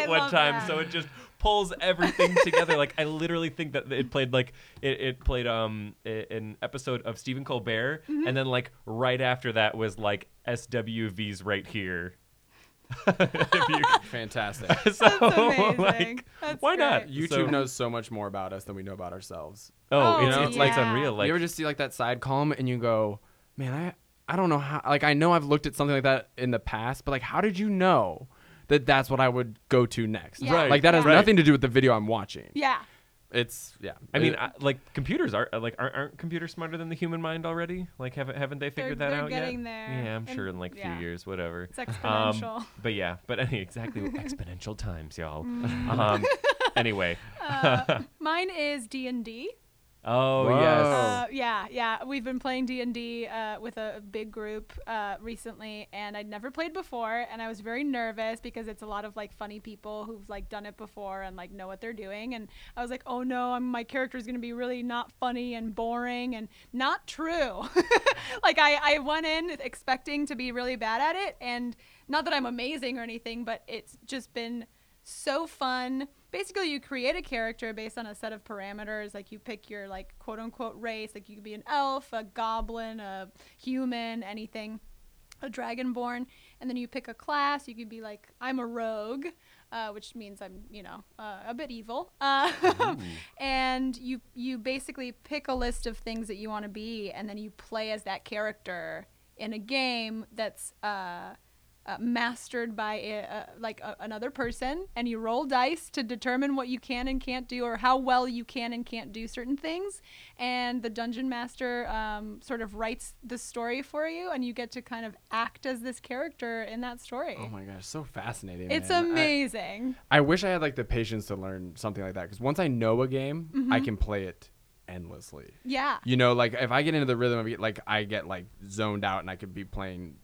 S1: I
S2: one
S1: love
S2: time.
S1: that.
S2: So it just pulls everything together. Like I literally think that it played like it, it played um a- an episode of Stephen Colbert,
S1: Mm-hmm.
S2: and then like right after that was like SWV's right here. If you-
S3: fantastic.
S2: so
S1: amazing.
S2: like
S1: That's
S2: why not?
S1: great.
S3: YouTube
S2: So-
S3: knows so much more about us than we know about ourselves.
S2: Oh,
S1: Oh,
S2: it's,
S3: you know,
S2: it's, like, it's
S1: yeah.
S2: unreal. Like
S3: you ever just see like that side column and you go, "Man, I I don't know how like I know I've looked at something like that in the past, but like how did you know that that's what I would go to next?"
S1: Yeah. Right,
S3: Like that has
S2: right.
S3: nothing to do with the video I'm watching.
S1: yeah.
S3: It's yeah.
S2: I mean,
S3: It-
S2: I, like computers are like aren't, aren't computers smarter than the human mind already? Like, haven't haven't they figured that
S1: they're
S2: out
S1: getting
S2: yet?
S1: there.
S2: Yeah, I'm sure
S1: And-
S2: in like a
S1: yeah.
S2: few years, whatever. It's
S1: exponential.
S2: Um, but yeah, but any exactly exponential times, y'all.
S1: Mm.
S2: um, anyway,
S1: Mine is D&D.
S2: oh
S3: Whoa.
S2: yes,
S1: Uh, yeah, yeah. We've been playing D and D uh, with a big group uh, recently, and I'd never played before, and I was very nervous because it's a lot of like funny people who've like done it before and like know what they're doing, and I was like, oh no, I'm, my character's gonna be really not funny and boring and not true. like I, I went in expecting to be really bad at it, and not that I'm amazing or anything, but it's just been so fun. Basically, you create a character based on a set of parameters. Like you pick your like quote unquote race. Like you could be an elf, a goblin, a human, anything, a dragonborn, and then you pick a class. You could be like I'm a rogue, uh, which means I'm you know uh, a bit evil. Uh, and you you basically pick a list of things that you want to be, and then you play as that character in a game that's. Uh, uh, mastered by a, uh, like a, another person and you roll dice to determine what you can and can't do or how well you can and can't do certain things and the dungeon master um, sort of writes the story for you and you get to kind of act as this character in that story
S3: Oh my gosh, so fascinating.
S1: it's
S3: man. I-
S1: amazing
S3: I wish I had like the patience to learn something like that because once I know a game,
S1: Mm-hmm.
S3: I can play it endlessly.
S1: yeah
S3: You know, like if I get into the rhythm of it, like I get like zoned out and I could be playing.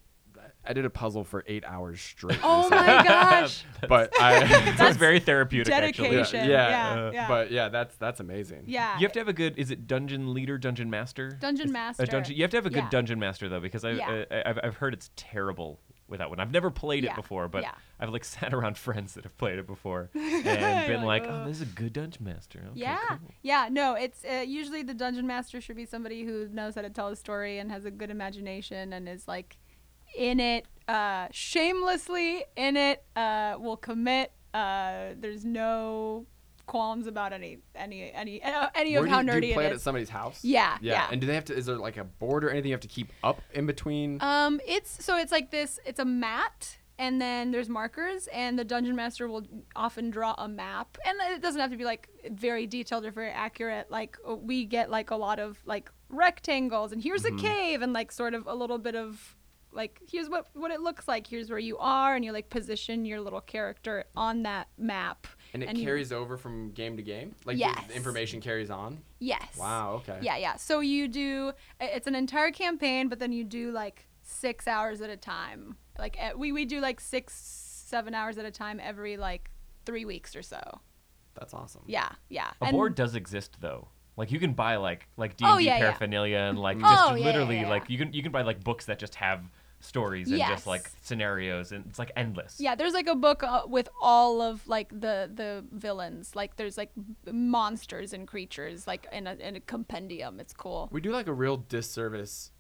S3: I did a puzzle for eight hours straight.
S1: oh
S3: recently,
S1: my gosh
S3: But I,
S2: sounds very therapeutic. Actually,
S1: dedication
S3: yeah, uh,
S1: yeah, yeah.
S3: but yeah, that's that's amazing.
S1: yeah
S2: You have to have a good. Is it dungeon leader, dungeon master?
S1: Dungeon
S2: Is- a
S1: master.
S2: dungeon. You have to have a good
S1: Yeah.
S2: dungeon master though, because I,
S1: Yeah.
S2: I, I've I've heard it's terrible without one. I've never played
S1: Yeah.
S2: it before, but
S1: Yeah.
S2: I've like sat around friends that have played it before and been like,
S1: like,
S2: oh,
S1: "Oh."
S2: this is a good dungeon master. Okay,
S1: Yeah,
S2: cool."
S1: yeah. No, it's uh, usually the dungeon master should be somebody who knows how to tell a story and has a good imagination and is like in it, uh, shamelessly in it. Uh, will commit. Uh, there's no qualms about any any any uh, any
S3: Where
S1: of
S3: do
S1: how
S3: you,
S1: nerdy
S3: do you play
S1: it
S3: it,
S1: is.
S3: at somebody's house?
S1: Yeah,
S3: yeah.
S1: yeah.
S3: And do they have to? Is there like a board or anything you have to keep up in between?
S1: Um, it's so it's like this. It's a mat, and then there's markers, and the dungeon master will often draw a map, uh, and it doesn't have to be like very detailed or very accurate. Like we get like a lot of like rectangles and here's a cave and like sort of a little bit of like here's what what it looks like here's where you are and you like position your little character on that map
S3: And it
S1: you-
S3: carries over from game to game? Like the-
S1: Yes.
S3: the information carries on?
S1: Yes.
S3: Wow, okay.
S1: Yeah, yeah. So you do i- it's an entire campaign, but then you do like six hours at a time. Like e- we we do like six seven hours at a time every like three weeks or so.
S3: That's awesome.
S1: Yeah, yeah.
S2: A
S1: And-
S2: board does exist though. Like you can buy like like D
S1: Oh,
S2: and D
S1: yeah, yeah.
S2: paraphernalia and like just
S1: Oh, yeah, yeah,
S2: literally
S1: yeah,
S2: like you can you can buy like books that just have stories and
S1: Yes.
S2: just like scenarios and it's like endless.
S1: Yeah, there's like a book uh, with all of like the the villains. Like there's like b- monsters and creatures like in a in a compendium. It's cool.
S3: We do like a real disservice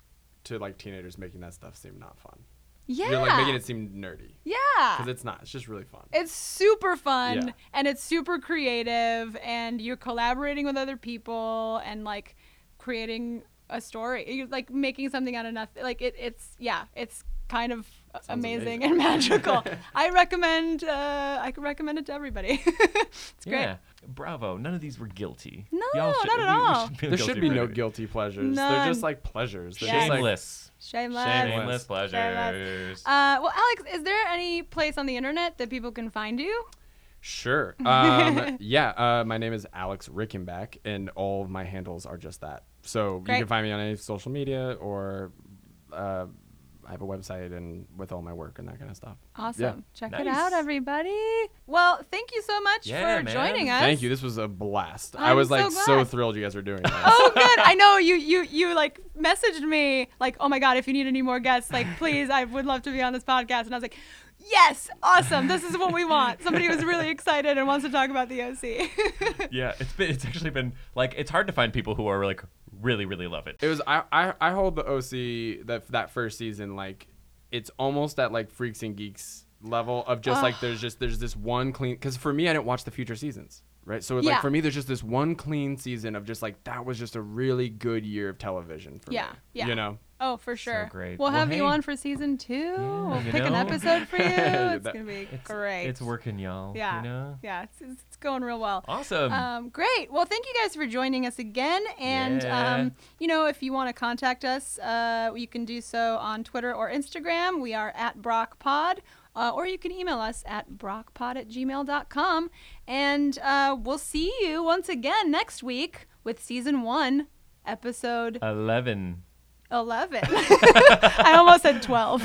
S3: to like teenagers making that stuff seem not fun.
S1: Yeah.
S3: You're like making it seem nerdy.
S1: yeah.
S3: Because it's not. It's just really fun.
S1: It's super fun
S3: Yeah.
S1: and it's super creative and you're collaborating with other people and like creating a story, You're, like making something out of nothing. Like it, it's yeah, it's kind of amazing,
S3: amazing.
S1: and magical. I recommend uh, I could recommend it to everybody. it's great.
S2: Yeah. Bravo. None of these were guilty.
S1: No,
S2: Y'all should-
S1: not at
S2: we- we
S1: all.
S2: should feel
S3: There
S2: guilty
S3: should be
S2: for
S3: no
S2: it.
S3: guilty pleasures. They're
S1: None.
S3: just like pleasures. They're just, like-
S2: Shameless.
S1: Shameless.
S2: Shameless
S3: Shameless.
S2: pleasures.
S1: Uh, well, Alex, is there any place on the internet that people can find you?
S3: Sure. Um, yeah. Uh, my name is Alex Rickenback, and all of my handles are just that. So
S1: Great.
S3: you can find me on any social media, or uh, I have a website and with all my work and that kind of stuff.
S1: Awesome. Check it
S2: Nice.
S1: out, everybody. Well, thank you so much
S2: Yeah,
S1: for
S2: man.
S1: joining us. Oh,
S3: Thank you. This was a blast. i
S1: I'm
S3: was
S1: so
S3: like so,
S1: glad.
S3: thrilled you guys were doing this.
S1: oh good i know you you you like messaged me like oh my god if you need any more guests like please i would love to be on this podcast and i was like yes awesome this is what we want somebody who's really excited and wants to talk about the oc
S2: yeah, it's been it's actually been like it's hard to find people who are like really really love it.
S3: It was I, I I hold the OC that that first season like it's almost at like freaks and geeks level of just like there's just there's this one clean because for me I didn't watch the future seasons right so
S1: Yeah.
S3: like for me there's just this one clean season of just like that was just a really good year of television for
S1: Yeah,
S3: me,
S1: yeah.
S3: you know
S1: oh for sure
S2: great.
S1: we'll
S2: Well,
S1: have you
S2: hey.
S1: on for season two we'll
S2: you
S1: pick an
S2: know.
S1: episode for you it's
S3: That-
S1: gonna be great
S2: It's working, y'all.
S1: yeah
S2: You know?
S1: yeah it's, it's it's going real well
S2: Awesome.
S1: Um, great. Well, thank you guys for joining us again. And,
S2: Yeah.
S1: um, you know, if you want to contact us, uh, you can do so on Twitter or Instagram. We are at BrockPod. Uh, or you can email us at brockpod at gmail.com. And uh, we'll see you once again next week with season one, episode
S2: Eleven.
S1: 11. I almost said 12.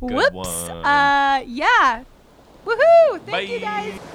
S1: Whoops.
S2: one.
S1: Uh, yeah. Woohoo. Thank you
S2: Bye.
S1: guys.